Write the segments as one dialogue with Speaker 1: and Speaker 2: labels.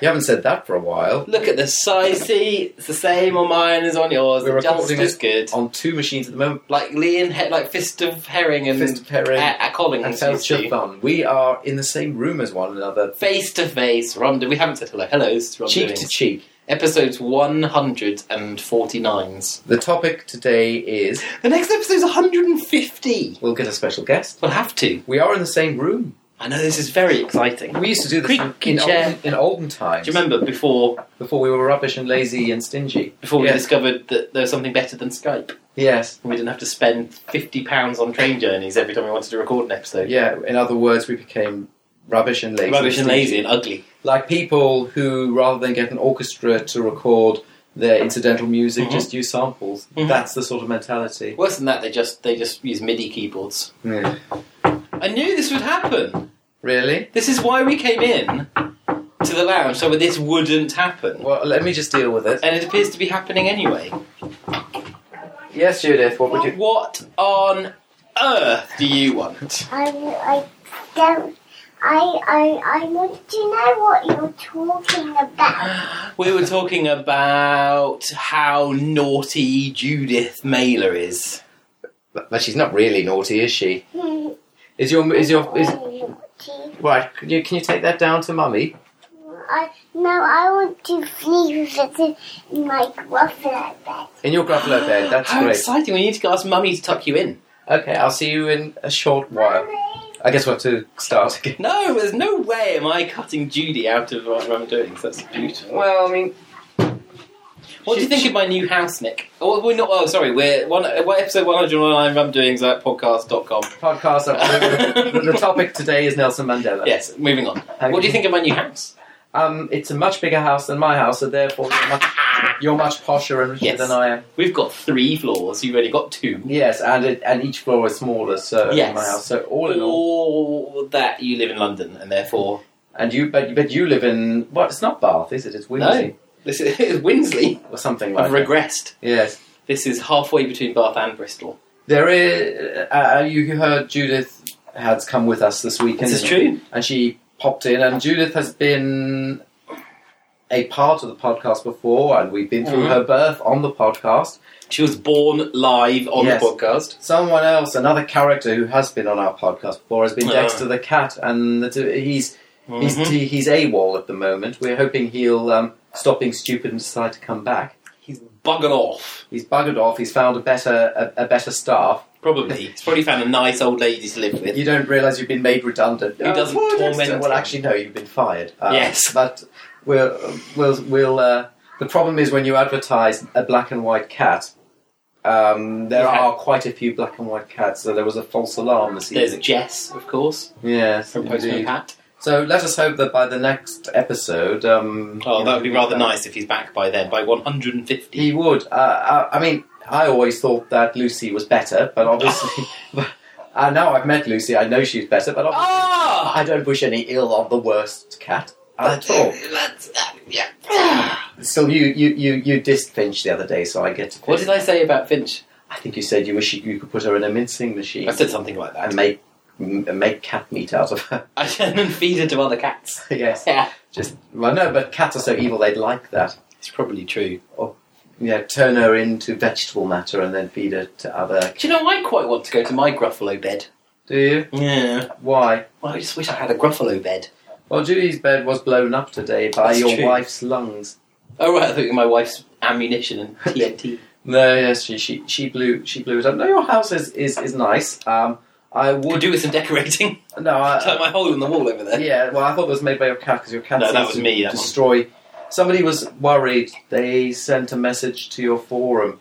Speaker 1: You haven't said that for a while.
Speaker 2: Look at the size. See, it's the same on mine as on yours.
Speaker 1: We're
Speaker 2: We're just
Speaker 1: recording
Speaker 2: as
Speaker 1: it
Speaker 2: good.
Speaker 1: On two machines at the moment,
Speaker 2: Like Lee and he- like Fist of Herring and
Speaker 1: Fist of Herring
Speaker 2: Mm. at, at Collins.
Speaker 1: and
Speaker 2: you
Speaker 1: Fellowship
Speaker 2: see.
Speaker 1: Bun. We are in the same room as one another,
Speaker 2: Face to face, Ronda. We haven't said hello. Hello's Ronda.
Speaker 1: cheek to cheek.
Speaker 2: Episodes 149s.
Speaker 1: The topic today is
Speaker 2: The next episode's 150.
Speaker 1: we'll get a special guest.
Speaker 2: We'll have to.
Speaker 1: We are in the same room.
Speaker 2: I know this is very exciting. Do
Speaker 1: We used to do this in,
Speaker 2: Creaky
Speaker 1: in,
Speaker 2: chair.
Speaker 1: olden, in olden times
Speaker 2: you remember before
Speaker 1: before we were rubbish and lazy and stingy.
Speaker 2: before we
Speaker 1: Yes.
Speaker 2: discovered that there was something better than Skype?
Speaker 1: Yes,
Speaker 2: We didn't have to spend fifty pounds on train journeys every time we wanted to record an episode.
Speaker 1: yeah. In other words, we became rubbish and lazy.
Speaker 2: Rubbish and
Speaker 1: stingy.
Speaker 2: lazy and ugly.
Speaker 1: like people who, rather than get an orchestra to record their incidental music,
Speaker 2: Mhm.
Speaker 1: just use samples.
Speaker 2: Mhm.
Speaker 1: That's the sort of mentality.
Speaker 2: Worse than that, they just they just use MIDI keyboards. I knew this would happen.
Speaker 1: Really?
Speaker 2: This is why we came in to the lounge, so this wouldn't happen.
Speaker 1: Well, let me just deal with it.
Speaker 2: And it appears to be happening anyway.
Speaker 1: Yes, Judith. What would you?
Speaker 2: What on earth do you want?
Speaker 3: I, I don't. I, I, I want to know what you're talking about.
Speaker 2: We were talking about how naughty Judith Mailer is.
Speaker 1: But she's not really naughty, is she? Is your is your is
Speaker 3: Naughty.
Speaker 1: right? Can you, can you take that down to mummy?
Speaker 3: I, no, I want to flee with it in my gruffalo bed.
Speaker 1: In your gruffalo bed. That's
Speaker 2: how
Speaker 1: great.
Speaker 2: exciting! We need to ask Mummy to tuck you in.
Speaker 1: Okay, I'll see you in a short while. I guess we'll have to start again.
Speaker 2: No, there's no way am I cutting Judy out of what I'm doing. So that's beautiful.
Speaker 1: Well, I mean,
Speaker 2: What do you think of my new house, Nick? Oh, we're not. Oh, sorry. We're one. uh, What episode one hundred and nine? I'm doing at podcast.com.
Speaker 1: podcast. the, the topic today is Nelson Mandela.
Speaker 2: Yes, moving on. What do you think of my new house?
Speaker 1: Um, it's a much bigger house than my house, so therefore you're much, you're much posher and richer
Speaker 2: Yes.
Speaker 1: than I am.
Speaker 2: We've got three floors. You've only got two.
Speaker 1: Yes, and it, and each floor is smaller, so
Speaker 2: Yes.
Speaker 1: than my house. So all in all,
Speaker 2: All that you live in London, and therefore
Speaker 1: and you but but you live in what? it's not Bath, is it? It's Windsor
Speaker 2: this is Winsley.
Speaker 1: or something like
Speaker 2: I've
Speaker 1: that.
Speaker 2: regressed.
Speaker 1: Yes,
Speaker 2: This is halfway between Bath and Bristol.
Speaker 1: there is. Uh, you heard Judith has come with us this weekend.
Speaker 2: This is true.
Speaker 1: and she popped in. And Judith has been a part of the podcast before, and we've been through
Speaker 2: Mhm.
Speaker 1: her birth on the podcast.
Speaker 2: She was born live on
Speaker 1: Yes.
Speaker 2: the podcast.
Speaker 1: Someone else, another character who has been on our podcast before, has been
Speaker 2: Ah.
Speaker 1: Dexter the cat, and the two, he's he's
Speaker 2: Mhm.
Speaker 1: he, he's AWOL at the moment. We're hoping he'll um, stop being stupid and decide to come back.
Speaker 2: He's buggered off.
Speaker 1: He's buggered off. He's found a better a, a better staff.
Speaker 2: Probably. He's probably found a nice old lady to live with.
Speaker 1: You don't realise you've been made redundant.
Speaker 2: He doesn't
Speaker 1: poor Dexter.
Speaker 2: torment
Speaker 1: Well,
Speaker 2: him.
Speaker 1: actually, no. You've been fired. Uh,
Speaker 2: Yes.
Speaker 1: but we'll we'll we'll. Uh, the problem is when you advertise a black and white cat. Um, there
Speaker 2: Yeah.
Speaker 1: are quite a few black and white cats, so there was a false alarm this
Speaker 2: There's
Speaker 1: evening.
Speaker 2: Jess, of course,
Speaker 1: yes,
Speaker 2: from
Speaker 1: indeed.
Speaker 2: Postman Pat.
Speaker 1: So let us hope that by the next episode, um,
Speaker 2: Oh, that would be rather
Speaker 1: uh,
Speaker 2: nice if he's back by then, by 150.
Speaker 1: He would. Uh, I, I mean, I always thought that Lucy was better, but obviously, but, uh, now I've met Lucy, I know she's better, but obviously,
Speaker 2: Ah!
Speaker 1: I don't wish any ill on the worst cat at all.
Speaker 2: That's, uh, yeah.
Speaker 1: Still, you you you you dissed Finch the other day, so I get to.
Speaker 2: What did I say about Finch?
Speaker 1: I think you said you wish you, you could put her in a mincing machine
Speaker 2: I said something like that.
Speaker 1: and make m- make cat meat out of her.
Speaker 2: I then feed her to other cats.
Speaker 1: yes,
Speaker 2: Yeah.
Speaker 1: just well, no, but cats are so evil they'd like that.
Speaker 2: It's probably true.
Speaker 1: Yeah, turn her into vegetable matter and then feed her to other.
Speaker 2: Do you know, I quite want to go to my Gruffalo bed.
Speaker 1: Do you?
Speaker 2: Yeah.
Speaker 1: Why?
Speaker 2: Well, I just wish I had a Gruffalo bed.
Speaker 1: Well, Judy's bed was blown up today by
Speaker 2: That's
Speaker 1: your
Speaker 2: true.
Speaker 1: wife's lungs.
Speaker 2: Oh, right, I think my wife's ammunition and TNT.
Speaker 1: No, yes, she, she she blew she blew it up. No, your house is is, is nice. Um, I
Speaker 2: Would
Speaker 1: would
Speaker 2: do with some decorating.
Speaker 1: no,
Speaker 2: It's like
Speaker 1: I,
Speaker 2: my hole in the wall over there.
Speaker 1: yeah. Well, I thought it was made by your cat because your cat
Speaker 2: No,
Speaker 1: seems
Speaker 2: that was
Speaker 1: to
Speaker 2: me, that one.
Speaker 1: destroy. Somebody was worried. They sent a message to your forum,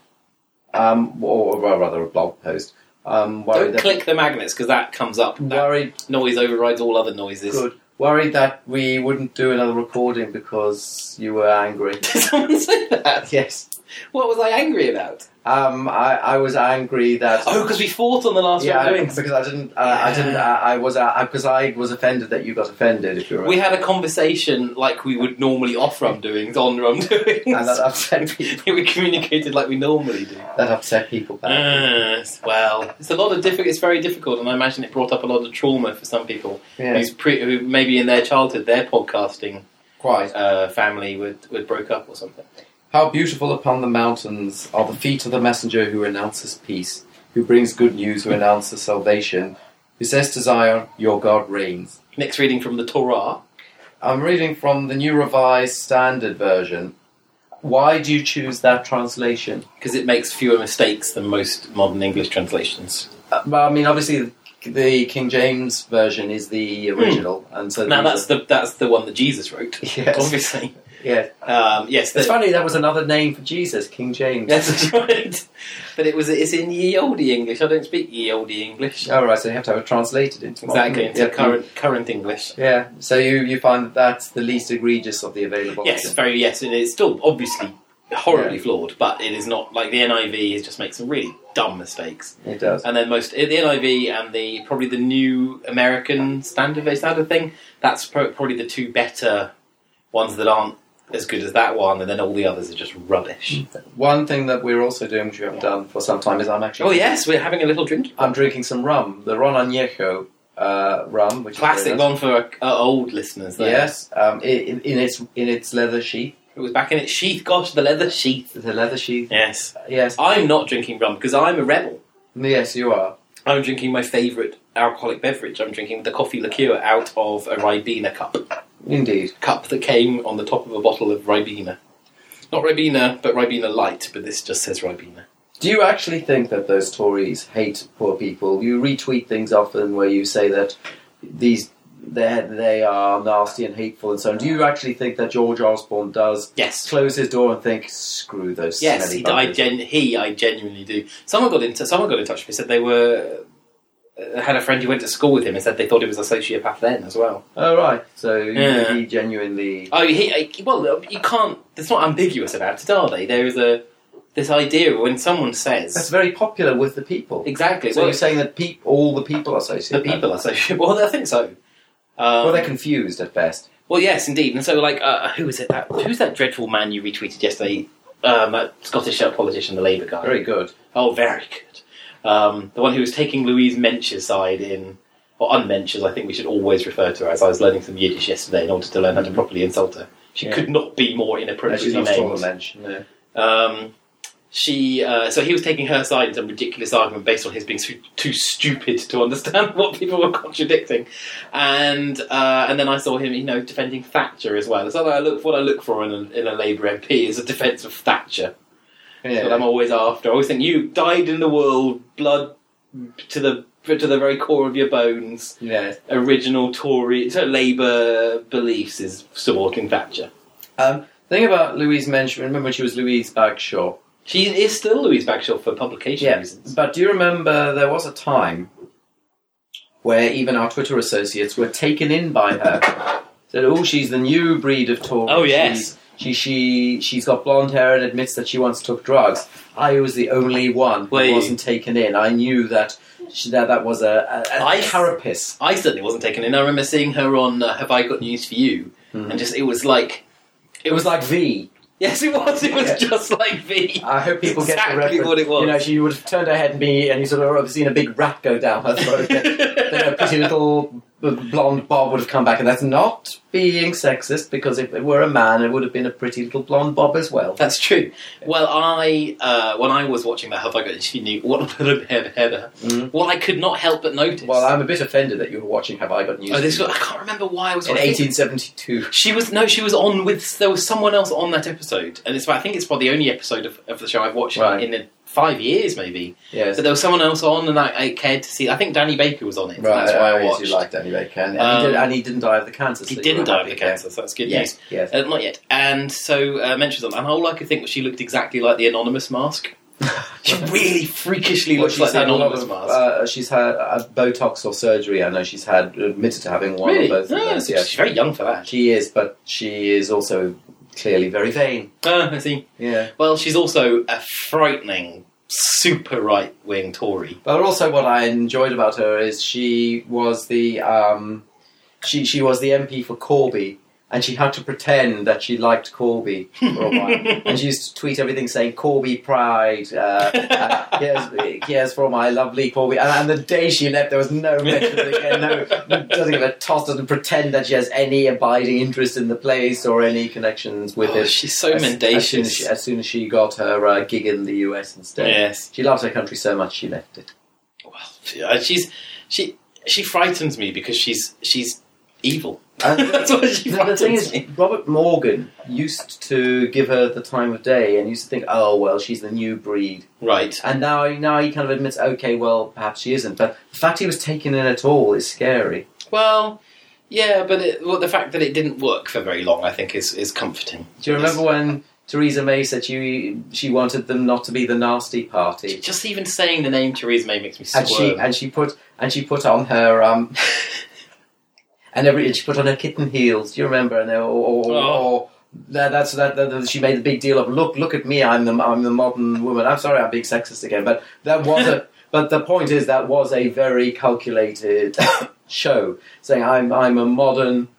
Speaker 1: um, or, or rather a blog post. Um, worried
Speaker 2: Don't
Speaker 1: that,
Speaker 2: click the magnets because that comes up. That
Speaker 1: worried
Speaker 2: noise overrides all other noises.
Speaker 1: Good. Worried that we wouldn't do another recording because you were angry.
Speaker 2: Did someone say that?
Speaker 1: yes.
Speaker 2: What was I angry about?
Speaker 1: Um, I, I was angry that.
Speaker 2: Oh, because we fought on the last
Speaker 1: yeah,
Speaker 2: round
Speaker 1: I-
Speaker 2: of doings.
Speaker 1: because I didn't. Uh, I didn't. Uh, I was. Because I was offended that you got offended. If you remember,
Speaker 2: We had a conversation like we would normally off rum doings on rum doings.
Speaker 1: and that upset people.
Speaker 2: we communicated like we normally do.
Speaker 1: That upset people. Back.
Speaker 2: Mm. Yes, well, it's a lot of difficult. It's very difficult, and I imagine it brought up a lot of trauma for some people
Speaker 1: yeah.
Speaker 2: who's pre- who maybe in their childhood their podcasting
Speaker 1: Quite.
Speaker 2: uh, family would, would broke up or something.
Speaker 1: How beautiful upon the mountains are the feet of the messenger who announces peace, who brings good news, who announces salvation, who says to Zion, Your God reigns.
Speaker 2: Next reading from the Torah.
Speaker 1: I'm reading from the New Revised Standard Version. Why do you choose that translation?
Speaker 2: because it makes fewer mistakes than most modern English translations.
Speaker 1: Uh, well, I mean, obviously, the King James Version is the original, and so
Speaker 2: Hmm. Now that's the that's the one that Jesus wrote,
Speaker 1: Yes.
Speaker 2: obviously.
Speaker 1: yeah.
Speaker 2: Um, yes, that-
Speaker 1: It's funny that was another name for Jesus, King James.
Speaker 2: that's right. But it was it's in ye olde English. I don't speak ye olde English
Speaker 1: Oh right, so you have to have it translated into
Speaker 2: exactly
Speaker 1: modern-
Speaker 2: into
Speaker 1: yeah,
Speaker 2: current current English.
Speaker 1: Yeah, so you, you find that that's the least egregious of the available.
Speaker 2: Yes, very yes, and it's still obviously horribly
Speaker 1: Yeah.
Speaker 2: flawed, but it is not like the NIV is just makes some really dumb mistakes,
Speaker 1: it does.
Speaker 2: and then most the NIV and the probably the new American standard standard thing. That's pro- probably the two better ones that aren't as good as that one, and then all the others are just rubbish.
Speaker 1: Hmm. One thing that we're also doing, which we haven't done for some time, is I'm actually
Speaker 2: Oh yes, we're having a little drink.
Speaker 1: I'm drinking some rum, the Ron Añejo uh, rum, which
Speaker 2: Classic
Speaker 1: is very nice.
Speaker 2: one for uh, old listeners. There.
Speaker 1: Yes, um, i- in, in its in its leather sheath,
Speaker 2: it was back in its sheath. Gosh, the leather sheath.
Speaker 1: the leather sheath.
Speaker 2: Yes,
Speaker 1: Yes,
Speaker 2: I'm not drinking rum because I'm a rebel.
Speaker 1: yes, you are.
Speaker 2: I'm drinking my favourite alcoholic beverage. I'm drinking the coffee liqueur out of a Ribena cup,
Speaker 1: Indeed.
Speaker 2: cup that came on the top of a bottle of Ribena. Not Ribena, but Ribena Light. But this just says Ribena.
Speaker 1: Do you actually think that those Tories hate poor people? You retweet things often where you say that these they they are nasty and hateful and so on. Do you actually think that George Osborne does
Speaker 2: Yes.
Speaker 1: close his door and think, "Screw those"?
Speaker 2: Yes,
Speaker 1: smelly
Speaker 2: he, I
Speaker 1: buggers"?
Speaker 2: gen- he, I genuinely do. Someone got into someone got in touch with me said they were uh, had a friend who went to school with him and said they thought he was a sociopath then as well.
Speaker 1: Oh right, so
Speaker 2: Yeah.
Speaker 1: he genuinely.
Speaker 2: Oh, he, I, well, you can't. It's not ambiguous about it, are they? There is a this idea when someone
Speaker 1: That's
Speaker 2: says
Speaker 1: very popular with the people.
Speaker 2: exactly.
Speaker 1: So
Speaker 2: well,
Speaker 1: you're saying that peop- all the people are
Speaker 2: the
Speaker 1: associated.
Speaker 2: people are sociopaths. Well, I think so. Um,
Speaker 1: Well, they're confused at best.
Speaker 2: Well, yes, indeed. And so, like, uh, who is it? That who's that dreadful man you retweeted yesterday? Um, that Scottish uh, politician, the Labour guy.
Speaker 1: Very good.
Speaker 2: Oh, very good. Um, the one who was taking Louise Mensch's side in, or unmensch's, I think we should always refer to her as. I was learning some Yiddish yesterday in order to learn how to properly insult her. She
Speaker 1: Yeah.
Speaker 2: could not be more
Speaker 1: No, she's
Speaker 2: inappropriately
Speaker 1: not
Speaker 2: named.
Speaker 1: a mention. No.
Speaker 2: Um, she, uh, so he was taking her side in some ridiculous argument based on his being su- too stupid to understand what people were contradicting, and uh, and then I saw him, you know, defending Thatcher as well. So I look, what I look for in a, in a Labour MP is a defence of Thatcher. That's what I'm
Speaker 1: Yeah.
Speaker 2: always after. I always think you died in the world, blood to the to the very core of your bones.
Speaker 1: Yes.
Speaker 2: Original Tory, so Labour beliefs is supporting Thatcher.
Speaker 1: Thing about Louise Mensch, remember when she was Louise Bagshaw?
Speaker 2: She is still Louise Bagshaw for publication
Speaker 1: Yeah,
Speaker 2: reasons.
Speaker 1: But do you remember there was a time where even our Twitter associates were taken in by her? Said, "Oh, she's the new breed of Tory.
Speaker 2: Oh, yes.
Speaker 1: she, she she she's got blonde hair and admits that she once took drugs. I was the only one who
Speaker 2: Wait.
Speaker 1: wasn't taken in. I knew that she, that that was a, a, a
Speaker 2: I-
Speaker 1: carapace.
Speaker 2: I certainly wasn't taken in. I remember seeing her on uh, Have I Got News for You,
Speaker 1: Mm-hmm.
Speaker 2: and just it was like,
Speaker 1: It was like V.
Speaker 2: yes, it was. It was
Speaker 1: Yeah.
Speaker 2: just like V.
Speaker 1: I hope people get the
Speaker 2: Exactly
Speaker 1: reference.
Speaker 2: what it was.
Speaker 1: You know, she would have turned her head and be, and you sort of would have seen a big rat go down her throat. then a pretty little b- blonde bob would have come back, and that's not being sexist because if it were a man, it would have been a pretty little blonde bob as well.
Speaker 2: That's true. Well, I uh, when I was watching that Have I Got News for You, what
Speaker 1: Mm.
Speaker 2: what I could not help but notice.
Speaker 1: Well, I'm a bit offended that you were watching Have I Got News?
Speaker 2: oh, this
Speaker 1: For
Speaker 2: was,
Speaker 1: You?
Speaker 2: I can't remember why I was
Speaker 1: in
Speaker 2: watching.
Speaker 1: 1872.
Speaker 2: She was no, she was on with there was someone else on that episode, and it's I think it's probably the only episode of, of the show I've watched
Speaker 1: Right.
Speaker 2: in, in five years maybe.
Speaker 1: Yes.
Speaker 2: But there was someone else on, and I, I cared to see. I think Danny Baker was on it. and
Speaker 1: Right,
Speaker 2: that's why
Speaker 1: uh,
Speaker 2: I
Speaker 1: yes,
Speaker 2: watched.
Speaker 1: You liked anyway, Ken. And,
Speaker 2: Um,
Speaker 1: he did, and he didn't die of the cancer.
Speaker 2: He
Speaker 1: so you
Speaker 2: didn't
Speaker 1: were
Speaker 2: die of
Speaker 1: happy
Speaker 2: the
Speaker 1: there.
Speaker 2: cancer, so that's good news.
Speaker 1: Yes, yes.
Speaker 2: Uh, not yet. And so uh, mentions on, and all I could think was she looked exactly like the anonymous mask. She really freakishly
Speaker 1: Well,
Speaker 2: looks like
Speaker 1: she's
Speaker 2: the
Speaker 1: had a lot
Speaker 2: anonymous
Speaker 1: of.
Speaker 2: mask.
Speaker 1: Uh, she's had uh, Botox or surgery. I know she's had admitted to having one
Speaker 2: really?
Speaker 1: or both.
Speaker 2: Yeah,
Speaker 1: of those,
Speaker 2: she's
Speaker 1: yes.
Speaker 2: very young for that.
Speaker 1: She is, but she is also clearly very vain.
Speaker 2: Uh, I see.
Speaker 1: Yeah.
Speaker 2: Well, she's also a frightening, super right wing Tory.
Speaker 1: But also, what I enjoyed about her is she was the um, she she was the MP for Corby and she had to pretend that she liked Corby for
Speaker 2: Oh,
Speaker 1: a while. and she used to tweet everything saying Corby Pride. Uh, uh, here's, here's for my lovely Corby. And, and the day she left, there was no mention of it again. No, doesn't give a toss. Doesn't pretend that she has any abiding interest in the place or any connections with
Speaker 2: Oh,
Speaker 1: it.
Speaker 2: she's so
Speaker 1: As- As soon
Speaker 2: mendacious.
Speaker 1: as, she, as soon as she got her uh, gig in the US instead,
Speaker 2: yes.
Speaker 1: she loved her country so much she left it.
Speaker 2: Well, uh, she's she she frightens me because she's she's evil.
Speaker 1: And
Speaker 2: That's why she
Speaker 1: the, the
Speaker 2: frightens
Speaker 1: thing is,
Speaker 2: me.
Speaker 1: Robert Morgan used to give her the time of day and used to think, oh well, she's the new breed.
Speaker 2: Right.
Speaker 1: And now, now he kind of admits, okay, well, perhaps she isn't. But the fact he was taken in at all is scary.
Speaker 2: Well, yeah, but it, well, the fact that it didn't work for very long, I think, is is comforting.
Speaker 1: Do you
Speaker 2: Yes.
Speaker 1: remember when Theresa May said she she wanted them not to be the nasty party,
Speaker 2: Just even saying the name Theresa May makes me
Speaker 1: and she
Speaker 2: squirm.
Speaker 1: and she put and she put on her um and every and she put on her kitten heels. Do you remember? And they were all- all-
Speaker 2: Oh.
Speaker 1: all- that, that's that, that- that she made the big deal of look look at me. I'm the I'm the modern woman. I'm sorry, I'm being sexist again, but that was a. But the point is that was a very calculated show, saying I'm I'm a modern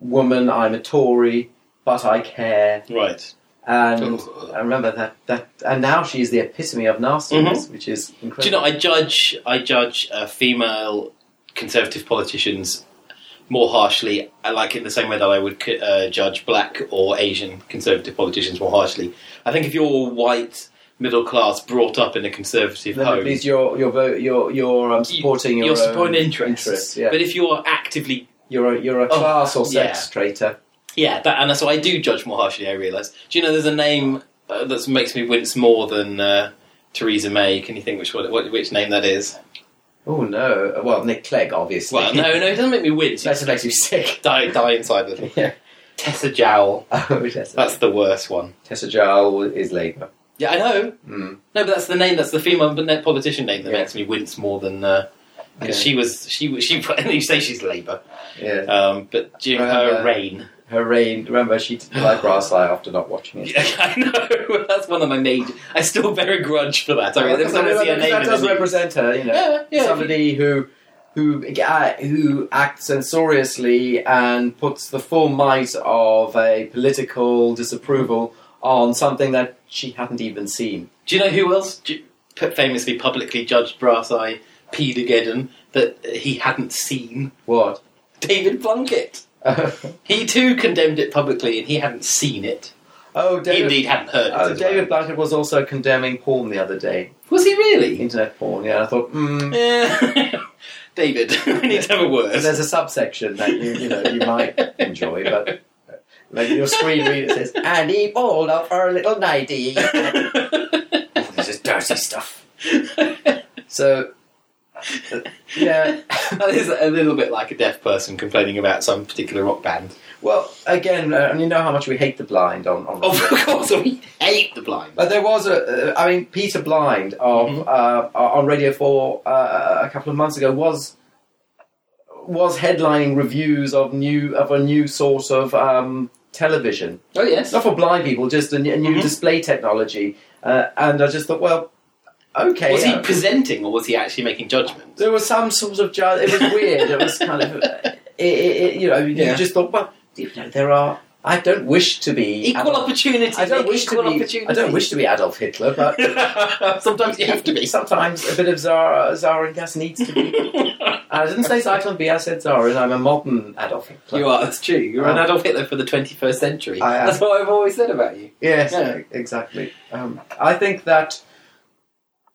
Speaker 1: woman, I'm a Tory, but I care.
Speaker 2: right.
Speaker 1: And
Speaker 2: Ugh.
Speaker 1: I remember that that, and now she's the epitome of nastiness, which is incredible.
Speaker 2: Mm-hmm. Do you know? I judge I judge uh, female conservative politicians more harshly, uh, like in the same way that I would c- uh, judge black or Asian conservative politicians more harshly. I think if you're white, middle class, brought up in a conservative
Speaker 1: Then at
Speaker 2: home,
Speaker 1: least you're you're vo- you're you're um, supporting your
Speaker 2: you're
Speaker 1: own
Speaker 2: supporting interests.
Speaker 1: interests, yeah.
Speaker 2: But if you're actively
Speaker 1: You're a, you're a
Speaker 2: Oh,
Speaker 1: class or sex
Speaker 2: yeah.
Speaker 1: traitor.
Speaker 2: Yeah, that, and so I do judge more harshly. I realise. Do you know there's a name uh, that makes me wince more than uh, Theresa May? Can you think which one, what, which name that is?
Speaker 1: Oh no! Well, Nick Clegg, obviously.
Speaker 2: Well, no, no, it doesn't make me wince.
Speaker 1: that
Speaker 2: It
Speaker 1: just makes you sick.
Speaker 2: die, die inside with me.
Speaker 1: Yeah.
Speaker 2: Tessa Jowl.
Speaker 1: Oh, Tessa,
Speaker 2: That's the worst one.
Speaker 1: Tessa Jowell is Labour.
Speaker 2: Yeah, I know.
Speaker 1: Mm.
Speaker 2: No, but that's the name. That's the female net politician name that
Speaker 1: Yeah.
Speaker 2: makes me wince more than because
Speaker 1: Yeah.
Speaker 2: she was she was- she. You say she's Labour,
Speaker 1: Yeah,
Speaker 2: um, but during her
Speaker 1: Remember-
Speaker 2: reign. her
Speaker 1: her reign. Remember, she did like brass eye after not watching it.
Speaker 2: Yeah, I know. That's one of my major. I still bear a grudge for that. I really, every time I see her
Speaker 1: Because
Speaker 2: name,
Speaker 1: that
Speaker 2: in
Speaker 1: does
Speaker 2: the news-
Speaker 1: represent her, you know.
Speaker 2: yeah, yeah.
Speaker 1: somebody who who uh, who acts censoriously and puts the full might of a political disapproval on something that she hadn't even seen.
Speaker 2: Do you know who else ju- p- famously publicly judged Brass Eye P. De Geddon that uh, he hadn't seen?
Speaker 1: What?
Speaker 2: David Plunkett.
Speaker 1: oh,
Speaker 2: He too condemned it publicly and he hadn't seen it. he
Speaker 1: David.
Speaker 2: indeed hadn't heard it.
Speaker 1: Oh,
Speaker 2: as
Speaker 1: David
Speaker 2: well.
Speaker 1: Blackett was also condemning porn the other day,
Speaker 2: Was he really?
Speaker 1: internet porn. Yeah, I thought, mm,
Speaker 2: Yeah. David, we need to have a word.
Speaker 1: there's a subsection that you you know you might enjoy, but uh, like your screen reader says, "Andy balled up her little nighty." Oh, this is dirty stuff. So, yeah.
Speaker 2: that is a little bit like a deaf person complaining about some particular rock band.
Speaker 1: Well, again, uh, and you know how much we hate the blind on. on
Speaker 2: Oh, of course, we hate the blind.
Speaker 1: But there was a, uh, I mean, Peter Blind of
Speaker 2: Mhm.
Speaker 1: uh, on Radio Four uh, a couple of months ago was was headlining reviews of new of a new sort of um, television,
Speaker 2: Oh, yes.
Speaker 1: not for blind people, just a, n- a new
Speaker 2: Mhm.
Speaker 1: display technology. Uh, and I just thought, well, okay,
Speaker 2: Was he
Speaker 1: uh,
Speaker 2: presenting or was he actually making judgments?
Speaker 1: there was some sort of ju- it was weird. it was kind of uh, it, it, it, you know
Speaker 2: Yeah.
Speaker 1: you just thought, well, you know, there are. I don't wish to be
Speaker 2: Equal
Speaker 1: Adolf-
Speaker 2: opportunity.
Speaker 1: I don't
Speaker 2: Nick,
Speaker 1: wish
Speaker 2: equal
Speaker 1: to be.
Speaker 2: Opportunity.
Speaker 1: I don't wish to be Adolf Hitler, but
Speaker 2: Sometimes you have to be.
Speaker 1: Sometimes a bit of Zara, Zara and Gas needs to be. Uh, I didn't say Zyklon B, I said Zara, and I'm a modern Adolf Hitler.
Speaker 2: you are. That's true. You're an
Speaker 1: Oh.
Speaker 2: Adolf Hitler for the 21st century.
Speaker 1: I am.
Speaker 2: That's what I've always said about you.
Speaker 1: Yes,
Speaker 2: Yeah.
Speaker 1: exactly. Um, I think that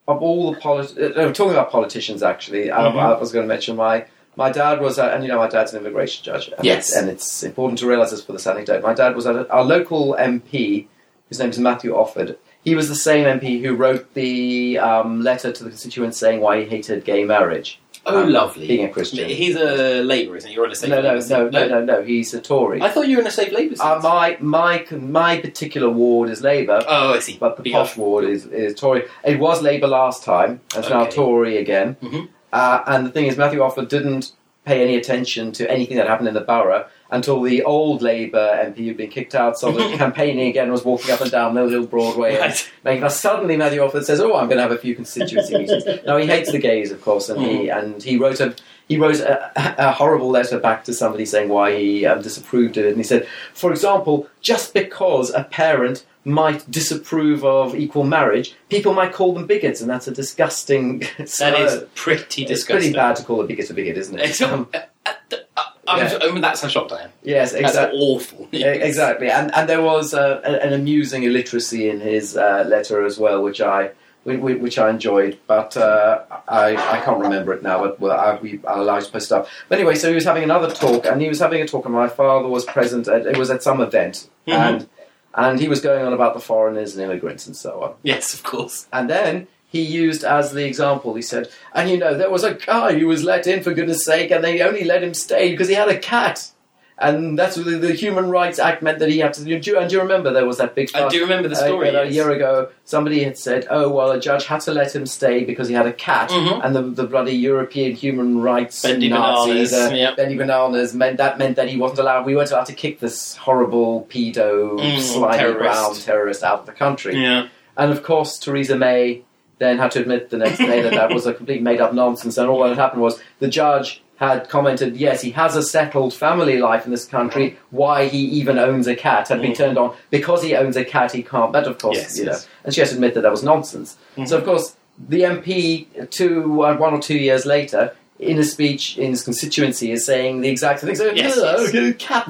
Speaker 1: of all the politicians, uh, talking about politicians actually, I,
Speaker 2: Mhm.
Speaker 1: I was going to mention my. My dad was, a, and you know, my dad's an immigration judge. And
Speaker 2: Yes.
Speaker 1: and it's important to realise this for this anecdote. My dad was a, our local MP, whose name is Matthew Offord. He was the same MP who wrote the um, letter to the constituents saying why he hated gay marriage.
Speaker 2: Oh,
Speaker 1: Um,
Speaker 2: lovely.
Speaker 1: being a Christian.
Speaker 2: He's a Labour, isn't he? You're on a slave
Speaker 1: No, no,
Speaker 2: Labour.
Speaker 1: no, no, no, no. He's a Tory.
Speaker 2: I thought you were in a slave Labour.
Speaker 1: Uh,
Speaker 2: seat.
Speaker 1: my my my particular ward is Labour,
Speaker 2: oh, I see.
Speaker 1: but the
Speaker 2: Big
Speaker 1: posh ward is, is Tory. It was Labour last time. It's now
Speaker 2: Okay.
Speaker 1: Tory again.
Speaker 2: Mhm.
Speaker 1: Uh, and the thing is, Matthew Offord didn't pay any attention to anything that happened in the borough until the old Labour MP who'd been kicked out started campaigning again, was walking up and down the little Broadway. and
Speaker 2: Right.
Speaker 1: Making us suddenly
Speaker 2: Mm-hmm.
Speaker 1: Matthew Offord says, "Oh, I'm going to have a few constituency meetings." Now he hates the gays, of course, and he and he wrote a he wrote a, a horrible letter back to somebody saying why he um, disapproved of it. And he said, for example, just because a parent might disapprove of equal marriage, people might call them bigots, and that's a disgusting.
Speaker 2: That is pretty
Speaker 1: It's
Speaker 2: disgusting.
Speaker 1: pretty bad to call a bigot a bigot, isn't it?
Speaker 2: It's-
Speaker 1: Um,
Speaker 2: uh, uh, uh, I'm,
Speaker 1: Yeah. e-
Speaker 2: I mean, that's how shocked I am.
Speaker 1: yes,
Speaker 2: That's
Speaker 1: exactly.
Speaker 2: awful.
Speaker 1: Exactly, and and there was uh, a- an amusing illiteracy in his uh, letter as well, which I whi- whi- which I enjoyed, but uh, I I can't remember it now. But well, I, we I'll allow you to post it up. But anyway, so he was having another talk, and he was having a talk, and my father was present. At, it was at some event,
Speaker 2: Mhm.
Speaker 1: and and he was going on about the foreigners and immigrants and so on.
Speaker 2: Yes, of course.
Speaker 1: And then he used as the example, he said, and you know, there was a guy who was let in for goodness sake, and they only let him stay because he had a cat. And that's the, the Human Rights Act meant that he had to. Do you, and do you remember there was that big? uh,
Speaker 2: I do remember the story.
Speaker 1: about a
Speaker 2: yes.
Speaker 1: year ago, somebody had said, "Oh well, a judge had to let him stay because he had a cat,"
Speaker 2: Mhm.
Speaker 1: and the, the bloody European human rights
Speaker 2: Bendy
Speaker 1: Nazis,
Speaker 2: bananas,
Speaker 1: uh,
Speaker 2: yeah.
Speaker 1: Bendy bananas, meant that meant that he wasn't allowed. We weren't allowed to kick this horrible pedo,
Speaker 2: Mm,
Speaker 1: slimy
Speaker 2: terrorist.
Speaker 1: brown terrorist out of the country.
Speaker 2: Yeah.
Speaker 1: And of course, Theresa May then had to admit the next day that that was a complete made up nonsense. And all that had happened was the judge had commented, yes, he has a settled family life in this country. Why he even owns a cat had been
Speaker 2: Mm.
Speaker 1: turned on. Because he owns a cat, he can't. That, of course,
Speaker 2: Yes,
Speaker 1: you
Speaker 2: yes.
Speaker 1: know. And she had to admit that that was nonsense.
Speaker 2: Mhm.
Speaker 1: So, of course, the MP, two, uh, one or two years later, in a speech in his constituency, is saying the exact thing. So,
Speaker 2: Yes,
Speaker 1: "Oh,
Speaker 2: yes.
Speaker 1: good cat.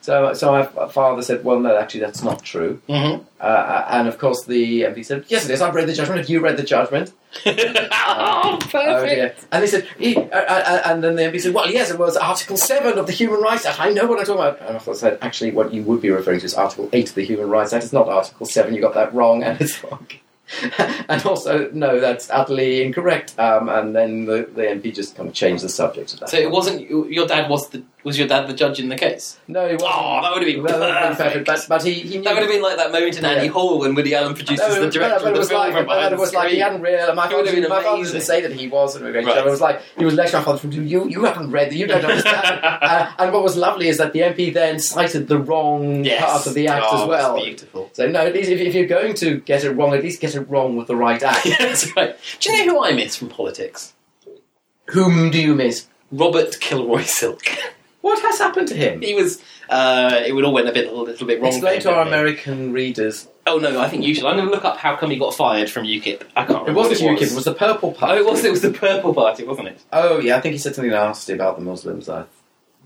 Speaker 1: So, so my father said, well, no, actually, that's not true.
Speaker 2: Mhm.
Speaker 1: Uh, and of course, the MP said, "Yes, it is. I've read the judgment. Have you read the judgment?"
Speaker 2: oh,
Speaker 1: Oh,
Speaker 2: perfect.
Speaker 1: dear. And they said, "E- uh, uh, uh," and then the MP said, "Well, yes, it was Article Seven of the Human Rights Act. I know what I'm talking about." And I thought, said, "Actually, what you would be referring to is Article Eight of the Human Rights Act. It's not Article Seven. You got that wrong, and it's wrong." and also, no, that's utterly incorrect. Um, and then the, the MP just kind of changed the subject of that.
Speaker 2: So it wasn't your dad was the was your dad the judge in the case?
Speaker 1: no, it wasn't.
Speaker 2: Oh, that would have been
Speaker 1: Well, that would've been
Speaker 2: perfect.
Speaker 1: But, but he, he knew
Speaker 2: That would have been like that moment in Annie
Speaker 1: Yeah.
Speaker 2: Hall when Woody Allen
Speaker 1: No,
Speaker 2: produces the
Speaker 1: but- but
Speaker 2: director of
Speaker 1: it
Speaker 2: the
Speaker 1: was
Speaker 2: film
Speaker 1: like,
Speaker 2: from
Speaker 1: but
Speaker 2: behind
Speaker 1: it
Speaker 2: the
Speaker 1: was like he
Speaker 2: screen.
Speaker 1: hadn't realised. My
Speaker 2: It would
Speaker 1: father,
Speaker 2: have been
Speaker 1: my father
Speaker 2: amazing.
Speaker 1: didn't say that he was an immigration.
Speaker 2: Right.
Speaker 1: It was like he was lecturing my father from you. You haven't read. You don't understand. uh, and what was lovely is that the MP then cited the wrong
Speaker 2: Yes.
Speaker 1: part of the act
Speaker 2: Oh,
Speaker 1: as well.
Speaker 2: That's beautiful.
Speaker 1: So no, at least if, if you're going to get it wrong, at least get it wrong with the right act.
Speaker 2: That's right. Do you know who I miss from politics?
Speaker 1: Whom do you miss?
Speaker 2: Robert Kilroy Silk.
Speaker 1: What has happened to him?
Speaker 2: he was. Uh, it would all went a bit a little bit wrong.
Speaker 1: Explain
Speaker 2: for him,
Speaker 1: to our
Speaker 2: didn't it?
Speaker 1: American readers.
Speaker 2: Oh no, I think you should. I'm going to look up how come he got fired from UKIP. I can't.
Speaker 1: It
Speaker 2: remember what
Speaker 1: wasn't
Speaker 2: it
Speaker 1: UKIP.
Speaker 2: was.
Speaker 1: It was the Purple
Speaker 2: Oh,
Speaker 1: Party.
Speaker 2: it was. It was the Purple Party, wasn't it?
Speaker 1: Oh yeah, I think he said something nasty about the Muslims. I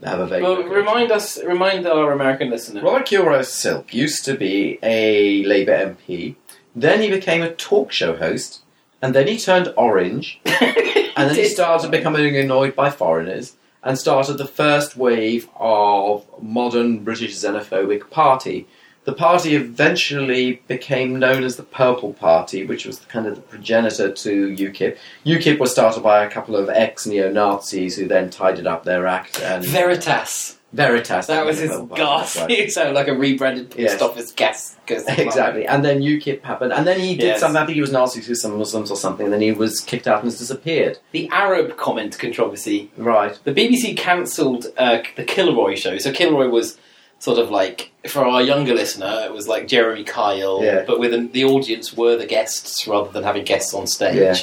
Speaker 1: have a vague.
Speaker 2: Well,
Speaker 1: recollection.
Speaker 2: remind us, remind our American listener.
Speaker 1: Robert Kilroy Silk used to be a Labour MP. Then he became a talk show host, and then he turned orange, and then he started becoming annoyed by foreigners, and started the first wave of modern British xenophobic party. The party eventually became known as the Purple Party, which was kind of the progenitor to UKIP. UKIP was started by a couple of ex neo Nazis who then tidied up their act and
Speaker 2: Veritas.
Speaker 1: Veritas.
Speaker 2: That was his
Speaker 1: Purple Party, that's
Speaker 2: gas.
Speaker 1: right.
Speaker 2: It sounded like a rebranded post
Speaker 1: Yes.
Speaker 2: office gas. gas
Speaker 1: Exactly, and then UKIP happened, and then he did
Speaker 2: Yes.
Speaker 1: something. I think he was Nazi to some Muslims or something, and then he was kicked out and has disappeared.
Speaker 2: The Arab comment controversy.
Speaker 1: Right.
Speaker 2: The BBC cancelled uh, the Kilroy show. So Kilroy was sort of like, for our younger listener, it was like Jeremy Kyle,
Speaker 1: Yeah.
Speaker 2: but with an, the audience were the guests rather than having guests on stage.
Speaker 1: Yeah.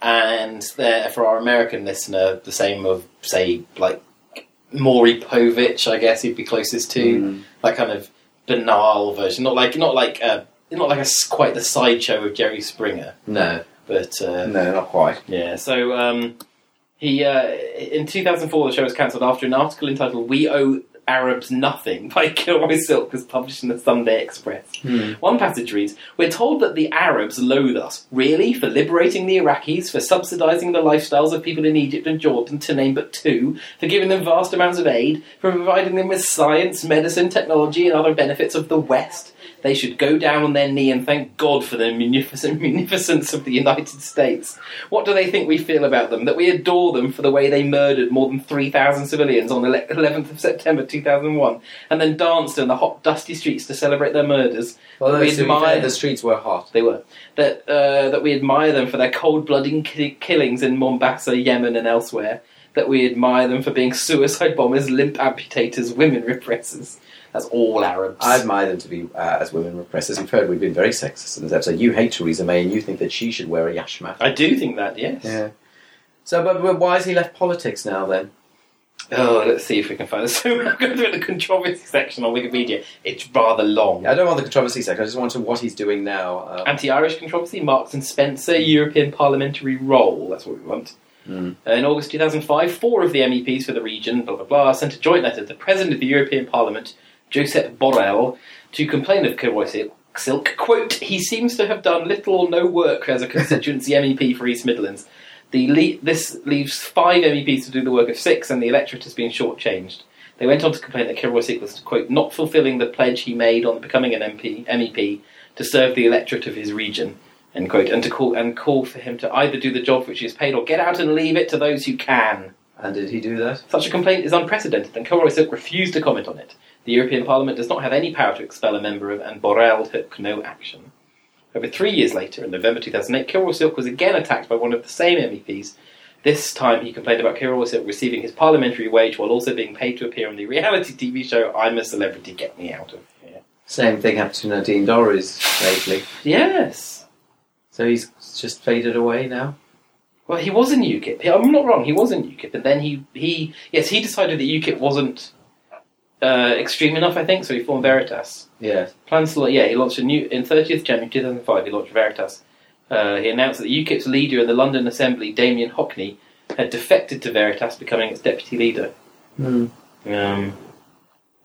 Speaker 2: And there, for our American listener, the same of say like Maury Povich, I guess he'd be closest to
Speaker 1: Mm. Hmm.
Speaker 2: that kind of banal version. Not like not like uh, not like a s quite the sideshow of Jerry Springer,
Speaker 1: No,
Speaker 2: but uh,
Speaker 1: no, not quite.
Speaker 2: yeah, so um, he uh, in 2004 the show was cancelled after an article entitled "We Owe Arabs Nothing" by Kilroy Silk was published in the Sunday Express.
Speaker 1: Hmm.
Speaker 2: One passage reads, "We're told that the Arabs loathe us. Really, for liberating the Iraqis, for subsidising the lifestyles of people in Egypt and Jordan, to name but two, for giving them vast amounts of aid, for providing them with science, medicine, technology, and other benefits of the West." They should go down on their knee and thank God for the munificent munificence of the United States. What do they think we feel about them? That we adore them for the way they murdered more than 3,000 civilians on the ele- 11th of September 2001 and then danced in the hot, dusty streets to celebrate their murders?
Speaker 1: Although
Speaker 2: We
Speaker 1: to be
Speaker 2: admire-
Speaker 1: fair, the streets were hot.
Speaker 2: They were. That, uh, that we admire them for their cold blooded ki- killings in Mombasa, Yemen, and elsewhere. That we admire them for being suicide bombers, limb amputators, women repressors. That's all Arabs.
Speaker 1: I admire them to be uh, as women repressors. You've heard we've been very sexist in this episode. You hate Theresa May, and you think that she should wear a yashmak.
Speaker 2: I do think that, yes.
Speaker 1: So, but, but why has he left politics now then?
Speaker 2: Oh, let's see if we can find this. So I'm going to the controversy section on Wikipedia. It's rather long.
Speaker 1: I don't want the controversy section. I just want to what he's doing now. Uh,
Speaker 2: Anti-Irish controversy, Marks and Spencer, European parliamentary role. That's what we want.
Speaker 1: Mm.
Speaker 2: Uh, in August 2005, four of the MEPs for the region, blah blah blah, sent a joint letter to the President of the European Parliament, Josep Borrell, to complain of Kilroy Sil- Silk. Quote, he seems to have done little or no work as a constituency MEP for East Midlands. The le- this leaves five MEPs to do the work of six, and the electorate has been shortchanged. They went on to complain that Kilroy Silk was, quote, not fulfilling the pledge he made on becoming an MP, MEP to serve the electorate of his region, end quote, and to call and call for him to either do the job for which he is paid or get out and leave it to those who can.
Speaker 1: and did he do that?
Speaker 2: Such a complaint is unprecedented, and Kilroy Silk refused to comment on it. The European Parliament does not have any power to expel a member of, and Borrell took no action. Over three years later, in November 2008, Kilroy Silk was again attacked by one of the same MEPs. This time he complained about Kilroy Silk receiving his parliamentary wage while also being paid to appear on the reality TV show I'm a Celebrity, Get Me Out of Here.
Speaker 1: Same thing happened to Nadine Dorries lately.
Speaker 2: Yes.
Speaker 1: So he's just faded away now.
Speaker 2: Well, he was in UKIP. I'm not wrong. He was in UKIP, and then he he yes he decided that UKIP wasn't uh, extreme enough. I think so. He formed Veritas.
Speaker 1: Yeah.
Speaker 2: Plans to launch- yeah he launched a new in 30th January 2005. He launched Veritas. Uh, he announced that UKIP's leader in the London Assembly, Damien Hockney, had defected to Veritas, becoming its deputy leader.
Speaker 1: Hmm.
Speaker 2: Um, um,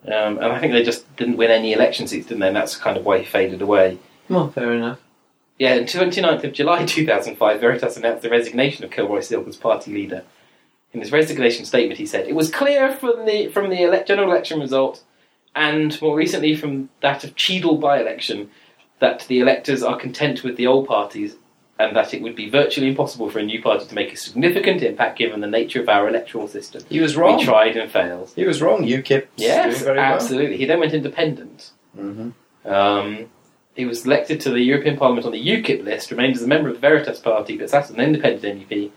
Speaker 2: and I think they just didn't win any election seats, didn't they? And that's kind of why he faded away.
Speaker 1: Well, fair enough.
Speaker 2: Yeah, on 29th of July 2005, Veritas announced the resignation of Kilroy Silk as party leader. In his resignation statement, he said, It was clear from the, from the ele- general election result, and more recently from that of Cheadle by election, that the electors are content with the old parties and that it would be virtually impossible for a new party to make a significant impact given the nature of our electoral system.
Speaker 1: He was wrong.
Speaker 2: We tried and failed.
Speaker 1: He was wrong. UKIP.
Speaker 2: Yes,
Speaker 1: doing very
Speaker 2: absolutely. He then went independent.
Speaker 1: well. Mhm.
Speaker 2: Um, he was elected to the European Parliament on the UKIP list, remains as a member of the Veritas Party, but sat as an independent MEP.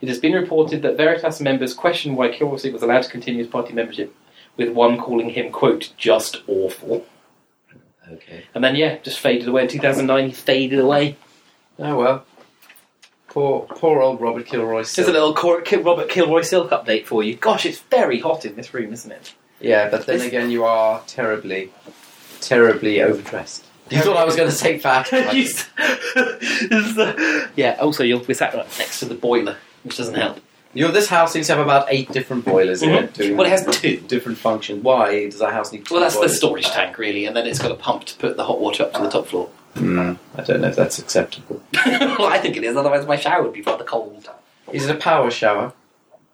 Speaker 2: It has been reported that Veritas members questioned why Kilroy was allowed to continue his party membership, with one calling him, quote, just awful.
Speaker 1: Okay.
Speaker 2: And then, yeah, just faded away. In 2009, he faded away.
Speaker 1: Oh well. Poor, poor old Robert Kilroy.
Speaker 2: Just a
Speaker 1: Still.
Speaker 2: little Cor- Kil- Robert Kilroy Silk update for you. Gosh, it's very hot in this room, isn't it?
Speaker 1: Yeah, but then
Speaker 2: It's-
Speaker 1: again, you are terribly, terribly overdressed. You thought I was going to say fat. but-
Speaker 2: You s- uh, yeah, also, you'll be sat right next to the boiler, which doesn't help.
Speaker 1: You know, this house seems to have about eight different boilers in it. Doing
Speaker 2: Well, it has two.
Speaker 1: different functions. Why does that house need? two
Speaker 2: Well, that's the
Speaker 1: boilers?
Speaker 2: storage tank, really, and then it's got a pump to put the hot water up to the top floor.
Speaker 1: Hmm, I don't know if that's acceptable.
Speaker 2: well, I think it is, otherwise my shower would be rather cold.
Speaker 1: Is it a power shower?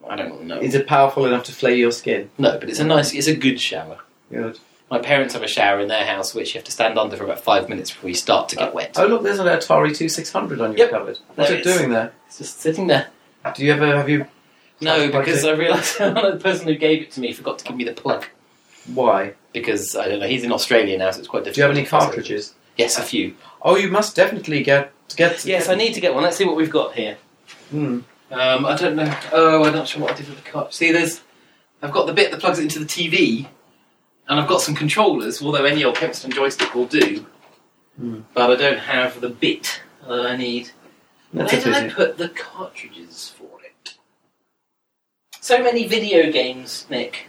Speaker 2: I don't know.
Speaker 1: Is it powerful enough to flay your skin?
Speaker 2: No, but it's a nice, it's a good shower.
Speaker 1: Good.
Speaker 2: My parents have a shower in their house, which you have to stand under for about five minutes before you start to get wet.
Speaker 1: Oh look, there's an Atari 2600 on your
Speaker 2: Yep.
Speaker 1: cupboard. What's
Speaker 2: There
Speaker 1: it
Speaker 2: it is.
Speaker 1: doing there?
Speaker 2: It's just sitting there.
Speaker 1: Do you ever have you?
Speaker 2: No,
Speaker 1: Sounds like
Speaker 2: because
Speaker 1: it.
Speaker 2: uh, I realised the person who gave it to me forgot to give me the plug.
Speaker 1: Why?
Speaker 2: Because I don't know, he's in Australia now, so it's quite difficult.
Speaker 1: Do you have any
Speaker 2: to find it.
Speaker 1: cartridges?
Speaker 2: Yes, a few.
Speaker 1: Oh, you must definitely get get.
Speaker 2: Yes, I need to get one. Let's see what we've got here.
Speaker 1: Hmm.
Speaker 2: Um, I don't know. Oh, I'm not sure what I did with the cart. See, there's. I've got the bit that plugs it into the TV, and I've got some controllers, although any old Kempston joystick will do.
Speaker 1: Hmm.
Speaker 2: But I don't have the bit that I need.
Speaker 1: That's a
Speaker 2: Where did I
Speaker 1: pity.
Speaker 2: put the cartridges for it? So many video games, Nick.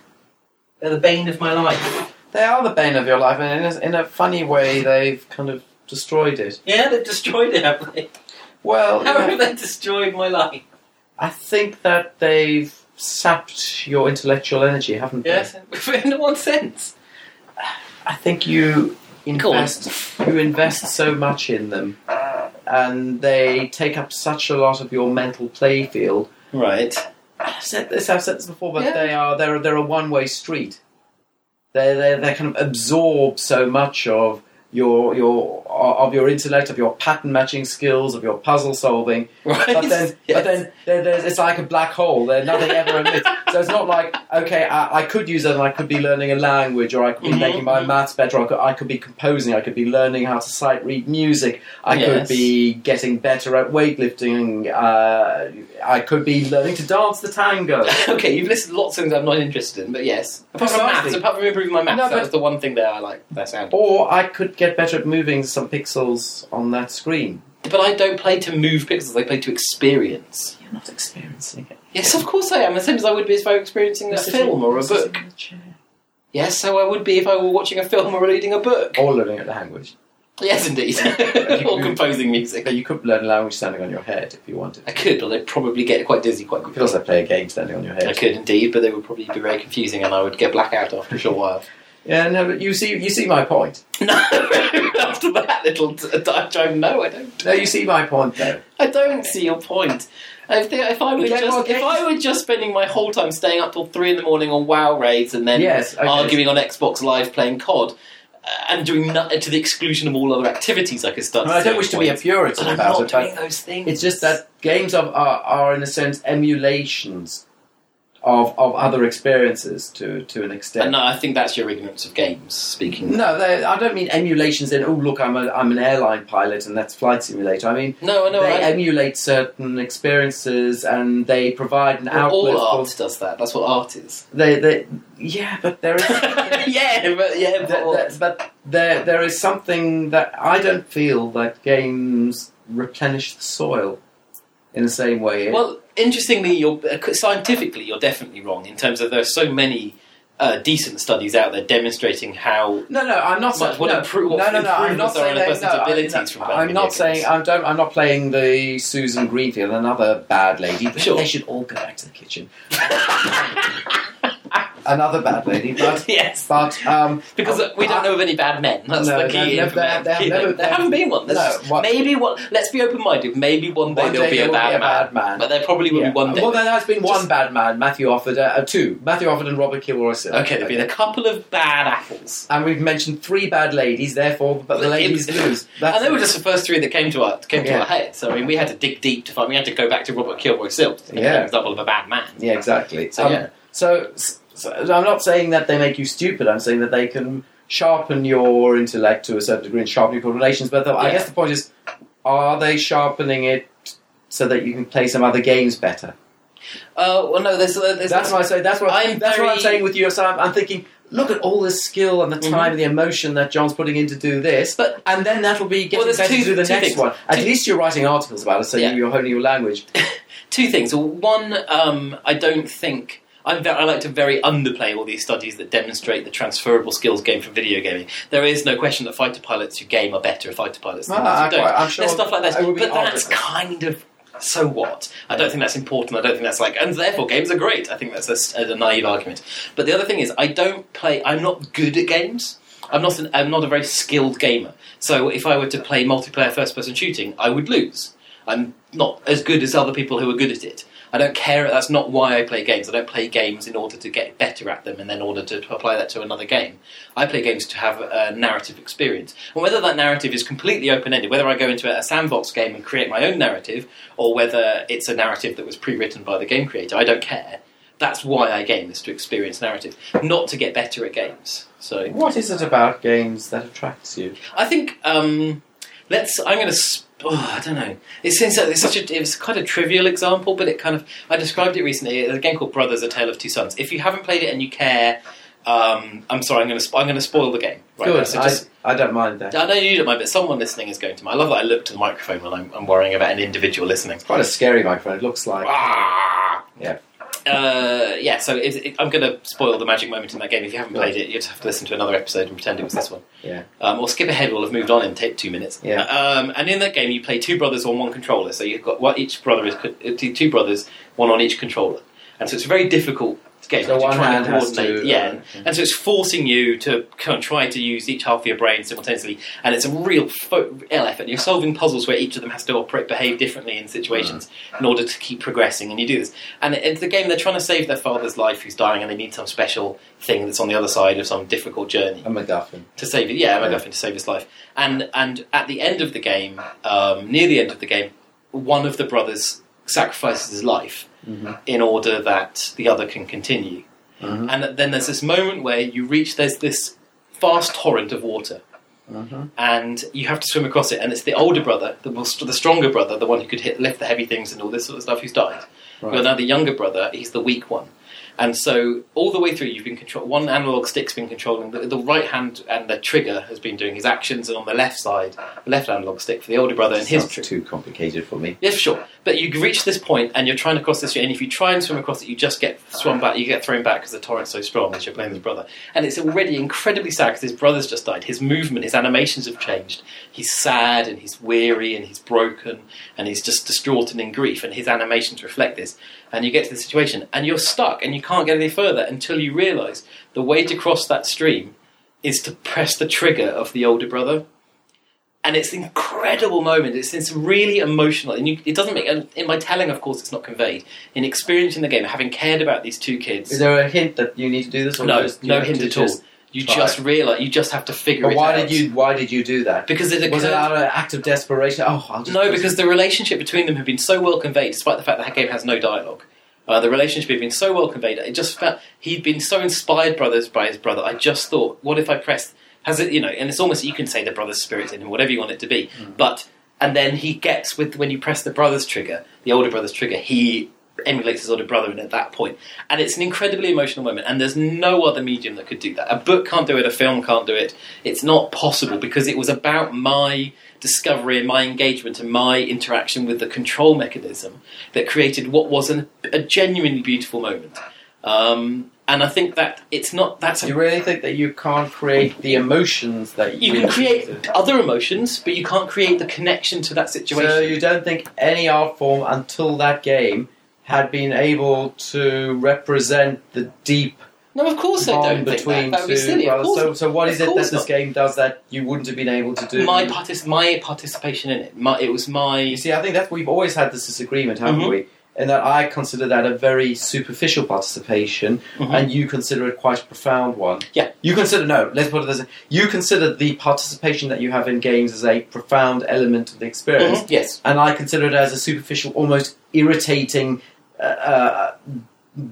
Speaker 2: They're the bane of my life.
Speaker 1: They are the bane of your life, and in a, in a funny way, they've kind of destroyed it.
Speaker 2: Yeah, they've destroyed it, have they?
Speaker 1: Well,
Speaker 2: How
Speaker 1: yeah.
Speaker 2: have they destroyed my life?
Speaker 1: I think that they've sapped your intellectual energy, haven't they?
Speaker 2: Yes, in one sense.
Speaker 1: I think you
Speaker 2: Go on.
Speaker 1: invest you invest so much in them, and they take up such a lot of your mental playfield.
Speaker 2: Right.
Speaker 1: I've said this, I've said this before, but
Speaker 2: Yeah.
Speaker 1: they are they're they're a one way street. They they they kind of absorb so much of your your of your intellect, of your pattern matching skills, of your puzzle solving.
Speaker 2: Right.
Speaker 1: But then, but
Speaker 2: Yes.
Speaker 1: then there, there's, it's like a black hole. There, nothing ever emits. So it's not like okay, I, I could use it, and I could be learning a language, or I could be
Speaker 2: Mhm,
Speaker 1: making my
Speaker 2: mhm.
Speaker 1: maths better, or I could, I could be composing, I could be learning how to sight read music, I could
Speaker 2: Yes.
Speaker 1: be getting better at weightlifting, uh, I could be learning to dance the tango.
Speaker 2: okay, you've listed lots of things I'm not interested in, but yes. Apart from
Speaker 1: Precisely.
Speaker 2: maths, apart from improving my maths,
Speaker 1: No,
Speaker 2: that
Speaker 1: but-
Speaker 2: was the one thing there I like. That sound.
Speaker 1: Or I could get better at moving some pixels on that screen.
Speaker 2: but I don't play to move pixels. I play to experience.
Speaker 1: You're not experiencing it.
Speaker 2: Yes, of course I am. The same as I would be if I were experiencing a
Speaker 1: Sitting-
Speaker 2: film or a
Speaker 1: sitting
Speaker 2: book.
Speaker 1: in a chair.
Speaker 2: Yes, so I would be if I were watching a film or reading a book.
Speaker 1: Or learning a language.
Speaker 2: Yes, indeed. or composing music.
Speaker 1: You could learn a language standing on your head if you wanted.
Speaker 2: I could, but I'd probably get quite dizzy quite
Speaker 1: You could
Speaker 2: quickly.
Speaker 1: also play a game standing on your head.
Speaker 2: I could indeed, but they would probably be very confusing and I would get blackout after a short while.
Speaker 1: Yeah, no, but you see, you see my point.
Speaker 2: No, after that little d- diatribe, no, I don't.
Speaker 1: No, you see my point though.
Speaker 2: I don't see your point. I think if I were
Speaker 1: Yeah,
Speaker 2: just
Speaker 1: okay.
Speaker 2: if I were just spending my whole time staying up till three in the morning on WoW raids and then
Speaker 1: yes, okay.
Speaker 2: arguing on Xbox Live playing COD uh, and doing no- to the exclusion of all other activities, I could start.
Speaker 1: I mean, I don't wish to be a
Speaker 2: point.
Speaker 1: puritan
Speaker 2: But I'm
Speaker 1: about
Speaker 2: not
Speaker 1: it, but
Speaker 2: doing those things.
Speaker 1: It's just that games of, are, are in a sense emulations of of other experiences to to an
Speaker 2: Uh,
Speaker 1: extent.
Speaker 2: no, I think that's your ignorance of games. Speaking.
Speaker 1: No, they, I don't mean emulations in oh look I'm a, I'm an airline pilot and that's flight simulator. I mean
Speaker 2: No, no,
Speaker 1: they
Speaker 2: I,
Speaker 1: emulate certain experiences and they provide an
Speaker 2: well, all
Speaker 1: outlet.
Speaker 2: art
Speaker 1: for,
Speaker 2: does that. That's what art is.
Speaker 1: they they yeah, but there is.
Speaker 2: yeah, but yeah,
Speaker 1: Th-
Speaker 2: but all-
Speaker 1: th- but there, there is something that I don't feel that games replenish the soil in the same way.
Speaker 2: Well, interestingly, you're uh, scientifically you're definitely wrong in terms of there are so many uh, decent studies out there demonstrating how.
Speaker 1: no, no, I'm not
Speaker 2: What-
Speaker 1: saying
Speaker 2: what
Speaker 1: no,
Speaker 2: improve- what
Speaker 1: no, no, no, I'm not
Speaker 2: improvements are on
Speaker 1: saying
Speaker 2: a
Speaker 1: that-
Speaker 2: person's
Speaker 1: no, I-
Speaker 2: abilities
Speaker 1: no,
Speaker 2: from playing
Speaker 1: I'm
Speaker 2: video
Speaker 1: not saying
Speaker 2: games.
Speaker 1: I don't. I'm not playing the Susan Greenfield, another bad lady.
Speaker 2: Sure.
Speaker 1: They should all go back to the kitchen. another bad lady, but
Speaker 2: yes,
Speaker 1: but um,
Speaker 2: because uh, we don't know of any bad men. That's
Speaker 1: No,
Speaker 2: the
Speaker 1: no,
Speaker 2: key.
Speaker 1: no,
Speaker 2: information.
Speaker 1: there- there have never-
Speaker 2: there haven't been one. There's
Speaker 1: No,
Speaker 2: just-
Speaker 1: what-
Speaker 2: maybe one. Let's be open-minded. Maybe one day
Speaker 1: One
Speaker 2: there'll
Speaker 1: day
Speaker 2: be
Speaker 1: there
Speaker 2: a
Speaker 1: will
Speaker 2: bad
Speaker 1: be a
Speaker 2: man.
Speaker 1: bad man.
Speaker 2: But there probably will
Speaker 1: yeah.
Speaker 2: be one day.
Speaker 1: well, there has been one
Speaker 2: Just-
Speaker 1: bad man, Matthew Offord, uh, uh, two, Matthew Offord and Robert Kilroy.
Speaker 2: okay, there'll be a couple of bad apples.
Speaker 1: And we've mentioned three bad ladies, therefore, but the ladies
Speaker 2: It-
Speaker 1: lose. That's
Speaker 2: and they were
Speaker 1: it.
Speaker 2: just the first three that came to our came to
Speaker 1: Yeah.
Speaker 2: our heads. So I mean, we had to dig deep to find. We had to go back to Robert Kilroy Silk to get
Speaker 1: Yeah.
Speaker 2: an example of a bad man.
Speaker 1: yeah, exactly.
Speaker 2: So,
Speaker 1: Um,
Speaker 2: yeah.
Speaker 1: so, so I'm not saying that they make you stupid. I'm saying that they can sharpen your intellect to a certain degree and sharpen your relations. But the, I
Speaker 2: Yeah.
Speaker 1: guess the point is, are they sharpening it so that you can play some other games better?
Speaker 2: Uh, well, no, there's, there's
Speaker 1: That's why I say. That's what
Speaker 2: I'm
Speaker 1: that's what I'm
Speaker 2: very-
Speaker 1: saying with you. So I'm, I'm thinking, look at all this skill and the time
Speaker 2: Mhm.
Speaker 1: and the emotion that John's putting in to do this.
Speaker 2: But
Speaker 1: And then that'll be getting
Speaker 2: Well, there's
Speaker 1: better
Speaker 2: two-
Speaker 1: to do the
Speaker 2: two
Speaker 1: next
Speaker 2: things.
Speaker 1: one. At
Speaker 2: Two-
Speaker 1: least you're writing articles about it, so
Speaker 2: Yeah.
Speaker 1: you're honing your language.
Speaker 2: two things. Well, One, um, I don't think I'm ve- I like to very underplay all these studies that demonstrate the transferable skills gained from video gaming. There is no question that fighter pilots who game are better at fighter pilots than
Speaker 1: No,
Speaker 2: those
Speaker 1: Ah, I
Speaker 2: who don't.
Speaker 1: quite- I'm sure
Speaker 2: There's stuff like that,
Speaker 1: it would
Speaker 2: but
Speaker 1: be
Speaker 2: that's
Speaker 1: obvious.
Speaker 2: kind of so what. I don't think that's important. I don't think that's like, and therefore games are great. I think that's a s- a, naive argument. But the other thing is, I don't play. I'm not good at games. I'm not. An, I'm not a very skilled gamer. So if I were to play multiplayer first-person shooting, I would lose. I'm not as good as other people who are good at it. I don't care. That's not why I play games. I don't play games in order to get better at them and then order to apply that to another game. I play games to have a narrative experience. And whether that narrative is completely open ended, whether I go into a sandbox game and create my own narrative, or whether it's a narrative that was pre written by the game creator, I don't care. That's why I game, is to experience narrative, not to get better at games. So
Speaker 1: What is it about games that attracts you?
Speaker 2: I think um, let's. I'm going to. Sp- oh, I don't know. It seems like it's such a. It's quite a trivial example, but it kind of. I described it recently. There's a game called Brothers: A Tale of Two Sons. If you haven't played it and you care, um, I'm sorry. I'm going to. Sp- I'm going to spoil the game. Right now.
Speaker 1: Good.
Speaker 2: So just,
Speaker 1: I, I don't mind that.
Speaker 2: I know you don't mind, but someone listening is going to. mind. I love that I look to the microphone when I'm, I'm worrying about an individual listening.
Speaker 1: Quite a scary microphone. It looks like.
Speaker 2: Ah.
Speaker 1: Yeah.
Speaker 2: Uh, yeah, so it, it, I'm going to spoil the magic moment in that game. If you haven't played it, you just have to listen to another episode and pretend it was this one.
Speaker 1: Yeah.
Speaker 2: Um, or skip ahead, we'll have moved on in take two minutes.
Speaker 1: Yeah.
Speaker 2: Um, and in that game, you play two brothers on one controller. So you've got what each brother is co- uh, two two brothers, one on each controller. And so it's a very difficult game.
Speaker 1: So
Speaker 2: because you're
Speaker 1: one
Speaker 2: trying
Speaker 1: hand
Speaker 2: to
Speaker 1: has
Speaker 2: coordinate.
Speaker 1: to. uh,
Speaker 2: yeah, Mm-hmm. and so it's forcing you to kind of try to use each half of your brain simultaneously, and it's a real fo- real effort. You're solving puzzles where each of them has to operate, behave differently in situations in order to keep progressing, and you do this. And it's the game they're trying to save their father's life who's dying, and they need some special thing that's on the other side of some difficult journey
Speaker 1: uh, A MacGuffin.
Speaker 2: to save it. Yeah,
Speaker 1: Yeah.
Speaker 2: MacGuffin to save his life. And and at the end of the game, um, near the end of the game, one of the brothers sacrifices his life
Speaker 1: Mhm.
Speaker 2: in order that the other can continue.
Speaker 1: Mhm.
Speaker 2: And then there's this moment where you reach there's this vast torrent of water Mm-hmm.
Speaker 1: Mhm.
Speaker 2: and you have to swim across it. And it's the older brother, the, most- the stronger brother, the one who could hit, lift the heavy things and all this sort of stuff, who's died.
Speaker 1: Right.
Speaker 2: Well, now the younger brother, he's the weak one. And so all the way through, you've been control. One analog stick's been controlling the, the right hand, and the trigger has been doing his actions. And on the left side, the left analog stick for the older brother and his
Speaker 1: Sounds
Speaker 2: trigger.
Speaker 1: too complicated for me.
Speaker 2: Yeah, for sure. But you reach this point, and you're trying to cross this street, and if you try and swim across it, you just get swum back. You get thrown back because the torrent's so strong as you're playing with his brother, and it's already incredibly sad because his brother's just died. His movement, his animations have changed. He's sad, and he's weary, and he's broken, and he's just distraught and in grief. And his animations reflect this. And you get to the situation, and you're stuck, and you can't get any further until you realise the way to cross that stream is to press the trigger of the older brother and it's an incredible moment. It's, it's really emotional, and you, it doesn't make. And in my telling, of course, it's not conveyed. In experiencing the game, having cared about these two
Speaker 1: Is
Speaker 2: kids,
Speaker 1: there a hint that you need to do this? Or
Speaker 2: no,
Speaker 1: just, you
Speaker 2: no
Speaker 1: have
Speaker 2: hint
Speaker 1: to
Speaker 2: at all.
Speaker 1: just-
Speaker 2: You
Speaker 1: try.
Speaker 2: just realize you just have to figure
Speaker 1: But
Speaker 2: it
Speaker 1: why
Speaker 2: out.
Speaker 1: did you? Why did you do that?
Speaker 2: Because it
Speaker 1: Was it
Speaker 2: occurred-
Speaker 1: out of an act of desperation? Oh, I'll just
Speaker 2: No, because the relationship between them had been so well conveyed, despite the fact that that game has no dialogue. Uh, the relationship had been so well conveyed. It just felt he'd been so inspired, brothers, by his brother. I just thought, what if I pressed? Has it, you know? And it's almost you can say the brother's spirit's in him, whatever you want it to be.
Speaker 1: Mm.
Speaker 2: But and then he gets with when you press the brother's trigger, the older brother's trigger. He emulates his older brother, and at that point, and it's an incredibly emotional moment. And there's no other medium that could do that. A book can't do it. A film can't do it. It's not possible because it was about my discovery and my engagement and my interaction with the control mechanism that created what was an, a genuinely beautiful moment. Um, and I think that it's not that's
Speaker 1: Do
Speaker 2: a
Speaker 1: you really think that you can't create the emotions that
Speaker 2: you
Speaker 1: you
Speaker 2: can create other emotions, but you can't create the connection to that situation.
Speaker 1: So you don't think any art form until that game had been able to represent the deep
Speaker 2: no, of course I
Speaker 1: bond
Speaker 2: don't think
Speaker 1: between
Speaker 2: that. That would be
Speaker 1: two
Speaker 2: silly. Of
Speaker 1: brothers?
Speaker 2: course,
Speaker 1: So, so what
Speaker 2: Of
Speaker 1: is it
Speaker 2: course
Speaker 1: that this
Speaker 2: not.
Speaker 1: game does that you wouldn't have been able to do?
Speaker 2: my partic- my participation in it. My, it was my
Speaker 1: you see, I think that we've always had this disagreement, haven't
Speaker 2: Mhm.
Speaker 1: we? And that I consider that a very superficial participation,
Speaker 2: Mhm.
Speaker 1: and you consider it quite a profound one.
Speaker 2: Yeah.
Speaker 1: You consider no. Let's put it this: way. you consider the participation that you have in games as a profound element of the experience.
Speaker 2: Mhm, yes.
Speaker 1: and I consider it as a superficial, almost irritating uh, uh,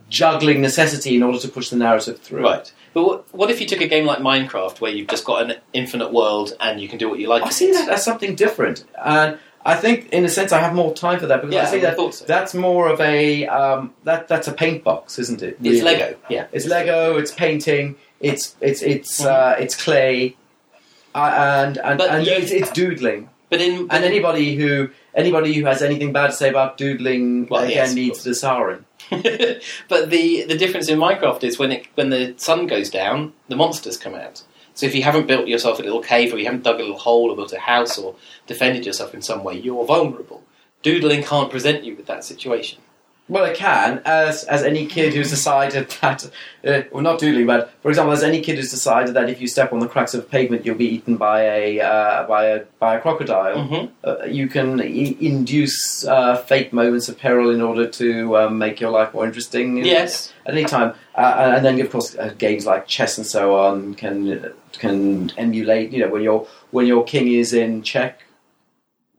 Speaker 1: juggling necessity in order to push the narrative through.
Speaker 2: Right. But what, what if you took a game like Minecraft, where you've just got an infinite world and you can do what you like?
Speaker 1: I
Speaker 2: with
Speaker 1: see
Speaker 2: it?
Speaker 1: that as something different, and I think, in a sense, I have more time for that because
Speaker 2: Yeah,
Speaker 1: I see
Speaker 2: I
Speaker 1: that
Speaker 2: thought so.
Speaker 1: that's more of a um, that that's a paint box, isn't it?
Speaker 2: It's
Speaker 1: really?
Speaker 2: Lego. Yeah.
Speaker 1: It's Lego. It's painting. It's it's it's uh, it's clay, uh, and and,
Speaker 2: But
Speaker 1: and
Speaker 2: you-
Speaker 1: it's, it's doodling.
Speaker 2: But in
Speaker 1: And anybody who anybody who has anything bad to say about doodling
Speaker 2: Well,
Speaker 1: again
Speaker 2: yes, of
Speaker 1: needs
Speaker 2: course.
Speaker 1: the Saharan.
Speaker 2: but the the difference in Minecraft is when it when the sun goes down, the monsters come out. So if you haven't built yourself a little cave, or you haven't dug a little hole, or built a house, or defended yourself in some way, you're vulnerable. Doodling can't present you with that situation.
Speaker 1: Well, it can, as as any kid who's decided that, uh, well, not doodling, but for example, as any kid who's decided that if you step on the cracks of a pavement, you'll be eaten by a uh, by a by a crocodile.
Speaker 2: Mm-hmm.
Speaker 1: Uh, you can I- induce uh, fake moments of peril in order to um, make your life more interesting. in-
Speaker 2: Yes,
Speaker 1: at any time, uh, and then of course uh, games like chess and so on can uh, can emulate. You know, when your when your king is in check,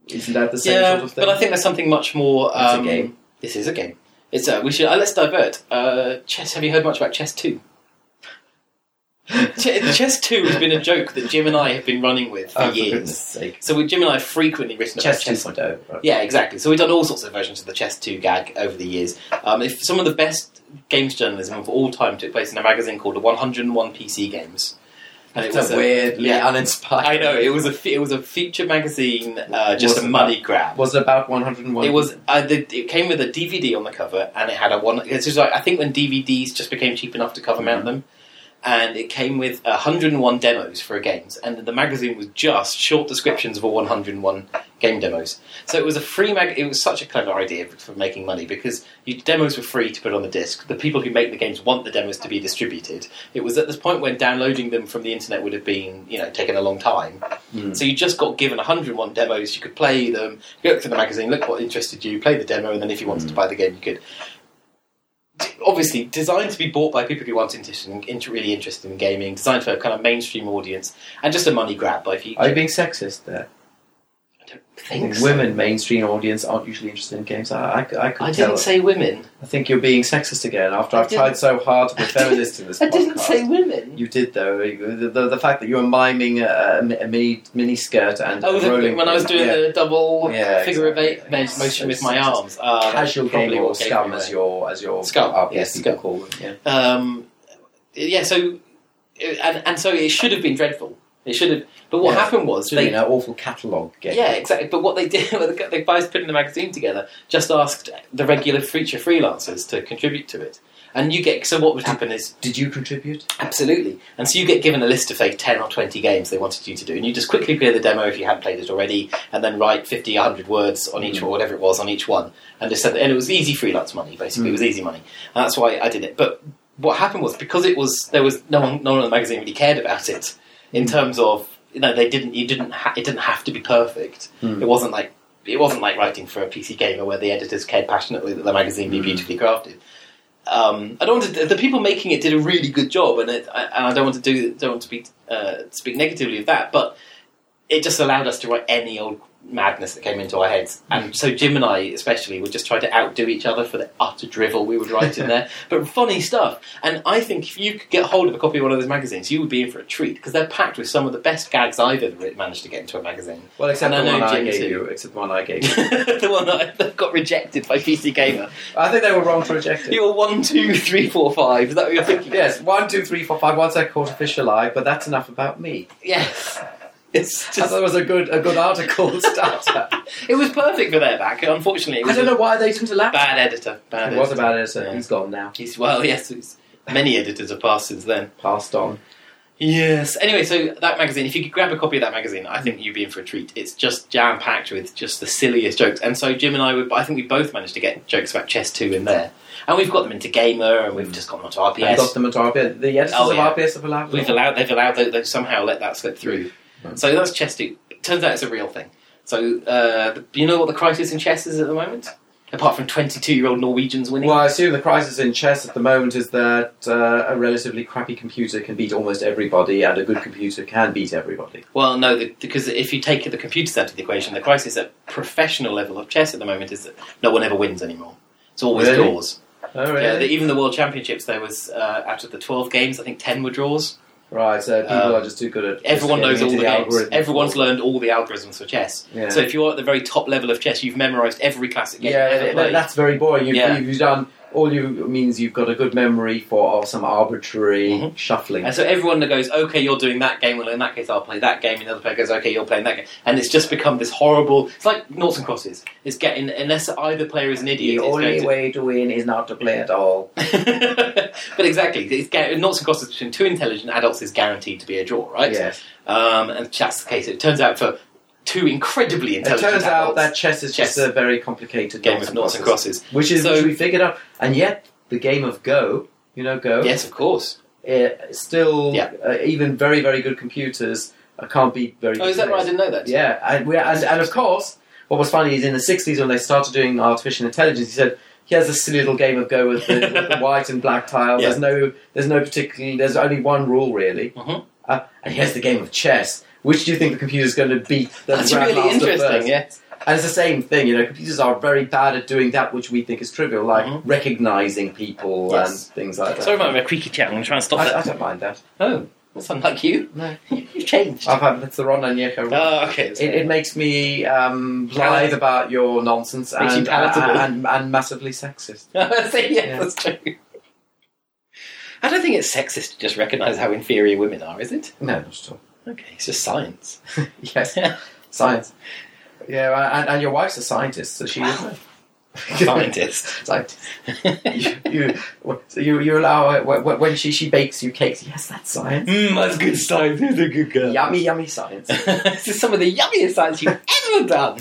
Speaker 1: isn't that the same
Speaker 2: yeah.
Speaker 1: sort of thing?
Speaker 2: But I think there's something much more.
Speaker 1: That's a
Speaker 2: um,
Speaker 1: game.
Speaker 2: This is a game. It's uh, we should uh, let's divert. Uh, chess. Have you heard much about chess two? Ch- chess two has been a joke that Jim and I have been running with for
Speaker 1: oh, for goodness
Speaker 2: years.
Speaker 1: sake,
Speaker 2: So we, Jim and I have frequently written
Speaker 1: chess
Speaker 2: about chess
Speaker 1: 2.0. Right.
Speaker 2: Yeah, exactly. So we've done all sorts of versions of the Chess 2 gag over the years. Um, if some of the best games journalism of all time took place in a magazine called 101 PC Games. And it
Speaker 1: It's
Speaker 2: was
Speaker 1: a weirdly
Speaker 2: yeah.
Speaker 1: uninspired.
Speaker 2: I know, it was a, fe- it was a feature magazine, uh, just
Speaker 1: Was
Speaker 2: a
Speaker 1: it
Speaker 2: money grab.
Speaker 1: Was it about 101?
Speaker 2: It was. Uh, the, it came with a DVD on the cover, and it had a one. This was like I think when DVDs just became cheap enough to cover mount them, and it came with 101 demos for games, and the magazine was just short descriptions of all 101 game demos. So it was a free mag. It was such a clever idea for making money because you, demos were free to put on the disc. The people who make the games want the demos to be distributed. It was at this point when downloading them from the internet would have been, you know, taken a long time.
Speaker 1: Hmm.
Speaker 2: So you just got given 101 demos. You could play them, go through the magazine, look what interested you, play the demo, and then if you
Speaker 1: Hmm.
Speaker 2: wanted to buy the game, you could. D- Obviously, designed to be bought by people who aren't interested in, inter- really interested in gaming, designed for a kind of mainstream audience, and just a money grab by people.
Speaker 1: Are you being sexist there?
Speaker 2: don't think so.
Speaker 1: Women, mainstream audience, aren't usually interested in games. I, I, I could
Speaker 2: I
Speaker 1: tell.
Speaker 2: didn't say women.
Speaker 1: I think you're being sexist again after
Speaker 2: I
Speaker 1: I've tried so hard to be feminist in this
Speaker 2: I
Speaker 1: podcast.
Speaker 2: didn't say women.
Speaker 1: You did though. The, the, the fact that you were miming a, a mini mini skirt and
Speaker 2: Oh, the,
Speaker 1: rolling
Speaker 2: when I was doing
Speaker 1: yeah.
Speaker 2: the double
Speaker 1: Yeah,
Speaker 2: figure of eight
Speaker 1: exactly.
Speaker 2: mo- motion with
Speaker 1: It's
Speaker 2: my
Speaker 1: just
Speaker 2: arms, uh,
Speaker 1: casual game
Speaker 2: probably
Speaker 1: or
Speaker 2: what gave
Speaker 1: scum
Speaker 2: me
Speaker 1: as
Speaker 2: away.
Speaker 1: your as your
Speaker 2: Scum,
Speaker 1: RPS
Speaker 2: yes,
Speaker 1: you
Speaker 2: scum.
Speaker 1: call them. Yeah.
Speaker 2: Um, yeah, so and and so it should have been dreadful. It should have. But what
Speaker 1: Yeah.
Speaker 2: happened was
Speaker 1: Should have
Speaker 2: they.
Speaker 1: been an awful catalogue game.
Speaker 2: Yeah, exactly. But what they did, well, the the guys putting the magazine together just asked the regular feature freelancers to contribute to it. And you get so what would happen is
Speaker 1: Did you contribute?
Speaker 2: Absolutely. And so you get given a list of, say, 10 or 20 games they wanted you to do, and you just quickly clear the demo if you had played it already, and then write 50, 100 words on each,
Speaker 1: Mm.
Speaker 2: or whatever it was, on each one. And just said, and it was easy freelance money, basically. It was easy money. And that's why I did it. But what happened was, because it was, there was no one, no one in the magazine really cared about it, in terms of, you know, they didn't, you didn't, ha- it didn't have to be perfect.
Speaker 1: Mm.
Speaker 2: It wasn't like, it wasn't like writing for a PC gamer where the editors cared passionately that the magazine be
Speaker 1: Mm.
Speaker 2: beautifully crafted um, I don't want to. The people making it did a really good job, and it, I, and I don't want to do don't want to be uh, speak negatively of that, but it just allowed us to write any old madness that came into our heads. And so Jim and I, especially, would just try to outdo each other for the utter drivel we would write in there, but funny stuff. And I think if you could get hold of a copy of one of those magazines, you would be in for a treat because they're packed with some of the best gags I've ever managed to get into a magazine.
Speaker 1: Well, except
Speaker 2: And
Speaker 1: the
Speaker 2: I
Speaker 1: one
Speaker 2: know
Speaker 1: I
Speaker 2: Jim
Speaker 1: gave
Speaker 2: too.
Speaker 1: you. Except the one I gave you.
Speaker 2: the one that I- that got rejected by PC Gamer.
Speaker 1: I think they were wrong to reject it.
Speaker 2: You're one, two, three, four, five. Is that what you're thinking?
Speaker 1: Yes, one, two, three, four, five. Once I caught a fish alive, but that's enough about me.
Speaker 2: Yes. It's
Speaker 1: That
Speaker 2: just,
Speaker 1: was a good a good article starter.
Speaker 2: it was perfect for their back. Unfortunately, it
Speaker 1: I
Speaker 2: was
Speaker 1: don't know why they didn't
Speaker 2: a
Speaker 1: allow.
Speaker 2: bad editor. Bad
Speaker 1: It was
Speaker 2: editor.
Speaker 1: about it. So
Speaker 2: Yeah.
Speaker 1: He's gone now.
Speaker 2: He's, well, yes, he's, many editors have passed since then.
Speaker 1: Passed on.
Speaker 2: Yes. Anyway, so that magazine, if you could grab a copy of that magazine, I think you'd be in for a treat. It's just jam packed with just the silliest jokes. And so Jim and I would, I think we both managed to get jokes about chess two in there, and we've got them into Gamer, and we've just gone onto
Speaker 1: And got
Speaker 2: RPS.
Speaker 1: them at RPS. The editors
Speaker 2: Oh, yeah.
Speaker 1: of RPS have allowed.
Speaker 2: We've
Speaker 1: them.
Speaker 2: allowed, they've allowed, they, they've somehow let that slip through.
Speaker 1: Mm.
Speaker 2: So that's chess two. Turns out it's a real thing. So uh, the, you know what the crisis in chess is at the moment, apart from twenty-two-year-old Norwegians winning.
Speaker 1: Well, I assume the crisis in chess at the moment is that uh, a relatively crappy computer can beat almost everybody, and a good computer can beat everybody.
Speaker 2: Well, no, the, because if you take the computers out of the equation, the crisis at professional level of chess at the moment is that no one ever wins anymore. It's always
Speaker 1: Really?
Speaker 2: draws.
Speaker 1: Oh,
Speaker 2: Yeah, the, even the World Championships, there was uh, out of the twelve games, I think ten were draws.
Speaker 1: right, so people
Speaker 2: Um,
Speaker 1: are just too good at. just
Speaker 2: Everyone
Speaker 1: getting
Speaker 2: knows all
Speaker 1: into
Speaker 2: the, games.
Speaker 1: algorithm.
Speaker 2: Everyone's learned all the algorithms for chess.
Speaker 1: Yeah.
Speaker 2: So if you're at the very top level of chess, you've memorized every classic game.
Speaker 1: yeah,
Speaker 2: you've ever
Speaker 1: that-
Speaker 2: played.
Speaker 1: that's very boring. You've,
Speaker 2: Yeah.
Speaker 1: you've done all you means you've got a good memory for some arbitrary
Speaker 2: Mhm.
Speaker 1: shuffling.
Speaker 2: And so everyone that goes, okay, you're doing that game. Well, in that case, I'll play that game. And the other player goes, okay, you're playing that game. And it's just become this horrible. It's like noughts and crosses. It's getting unless either player is an idiot.
Speaker 1: the
Speaker 2: it's going
Speaker 1: only
Speaker 2: to-
Speaker 1: way to win is not to play at all.
Speaker 2: but exactly, it's gar- noughts and crosses between two intelligent adults is guaranteed to be a draw, right?
Speaker 1: Yes.
Speaker 2: Um, and that's the case. It turns out for two incredibly
Speaker 1: It
Speaker 2: intelligent
Speaker 1: turns out
Speaker 2: adults,
Speaker 1: that chess is just
Speaker 2: Chess.
Speaker 1: a very complicated
Speaker 2: game
Speaker 1: lots
Speaker 2: of
Speaker 1: of
Speaker 2: noughts and
Speaker 1: process.
Speaker 2: crosses.
Speaker 1: which is
Speaker 2: So-
Speaker 1: which we figured out. And yet, the game of Go, you know, Go,
Speaker 2: Yes, of course.
Speaker 1: uh, still
Speaker 2: Yeah.
Speaker 1: uh, even very very good computers uh, can't beat very.
Speaker 2: Oh,
Speaker 1: good
Speaker 2: is that right? I
Speaker 1: players.
Speaker 2: didn't know that.
Speaker 1: Yeah, and, we, and and of course, what was funny is in the '60s when they started doing artificial intelligence, he said. Here's a silly little game of Go with the, with the white and black tiles.
Speaker 2: Yeah.
Speaker 1: There's no, there's no particularly, there's only one rule really.
Speaker 2: Mhm.
Speaker 1: Uh, and here's the game of chess. Which do you think the computer's going to beat? The
Speaker 2: That's really
Speaker 1: Grandmaster
Speaker 2: interesting.
Speaker 1: first?
Speaker 2: Yeah,
Speaker 1: And it's the same thing, you know, computers are very bad at doing that which we think is trivial, like
Speaker 2: Mhm.
Speaker 1: recognizing people
Speaker 2: Yes.
Speaker 1: and things like that.
Speaker 2: sorry about my creaky chair. I'm going to try and stop
Speaker 1: I, I
Speaker 2: that.
Speaker 1: don't mind that.
Speaker 2: Oh, that's unlike you.
Speaker 1: No.
Speaker 2: You've changed.
Speaker 1: I've had it's the Ron and Yeko.
Speaker 2: Oh, okay.
Speaker 1: it, it makes me um, blithe about your nonsense
Speaker 2: Makes you
Speaker 1: and, uh,
Speaker 2: palatable.
Speaker 1: and, and massively sexist.
Speaker 2: yeah,
Speaker 1: Yeah.
Speaker 2: that's true. I don't think it's sexist to just recognise how inferior women are, is it?
Speaker 1: No, not at all.
Speaker 2: Okay, it's just science.
Speaker 1: yes,
Speaker 2: Mm,
Speaker 1: science. Yeah, uh, and, and your wife's a scientist, so she is
Speaker 2: Wow.
Speaker 1: a
Speaker 2: Scientist.
Speaker 1: scientist. You, you, so you, you allow her, when- when she, she bakes you cakes. Yes, that's science.
Speaker 2: Mm, that's good science. Who's a good girl?
Speaker 1: Yummy, yummy science.
Speaker 2: this is some of the yummiest science you've ever done.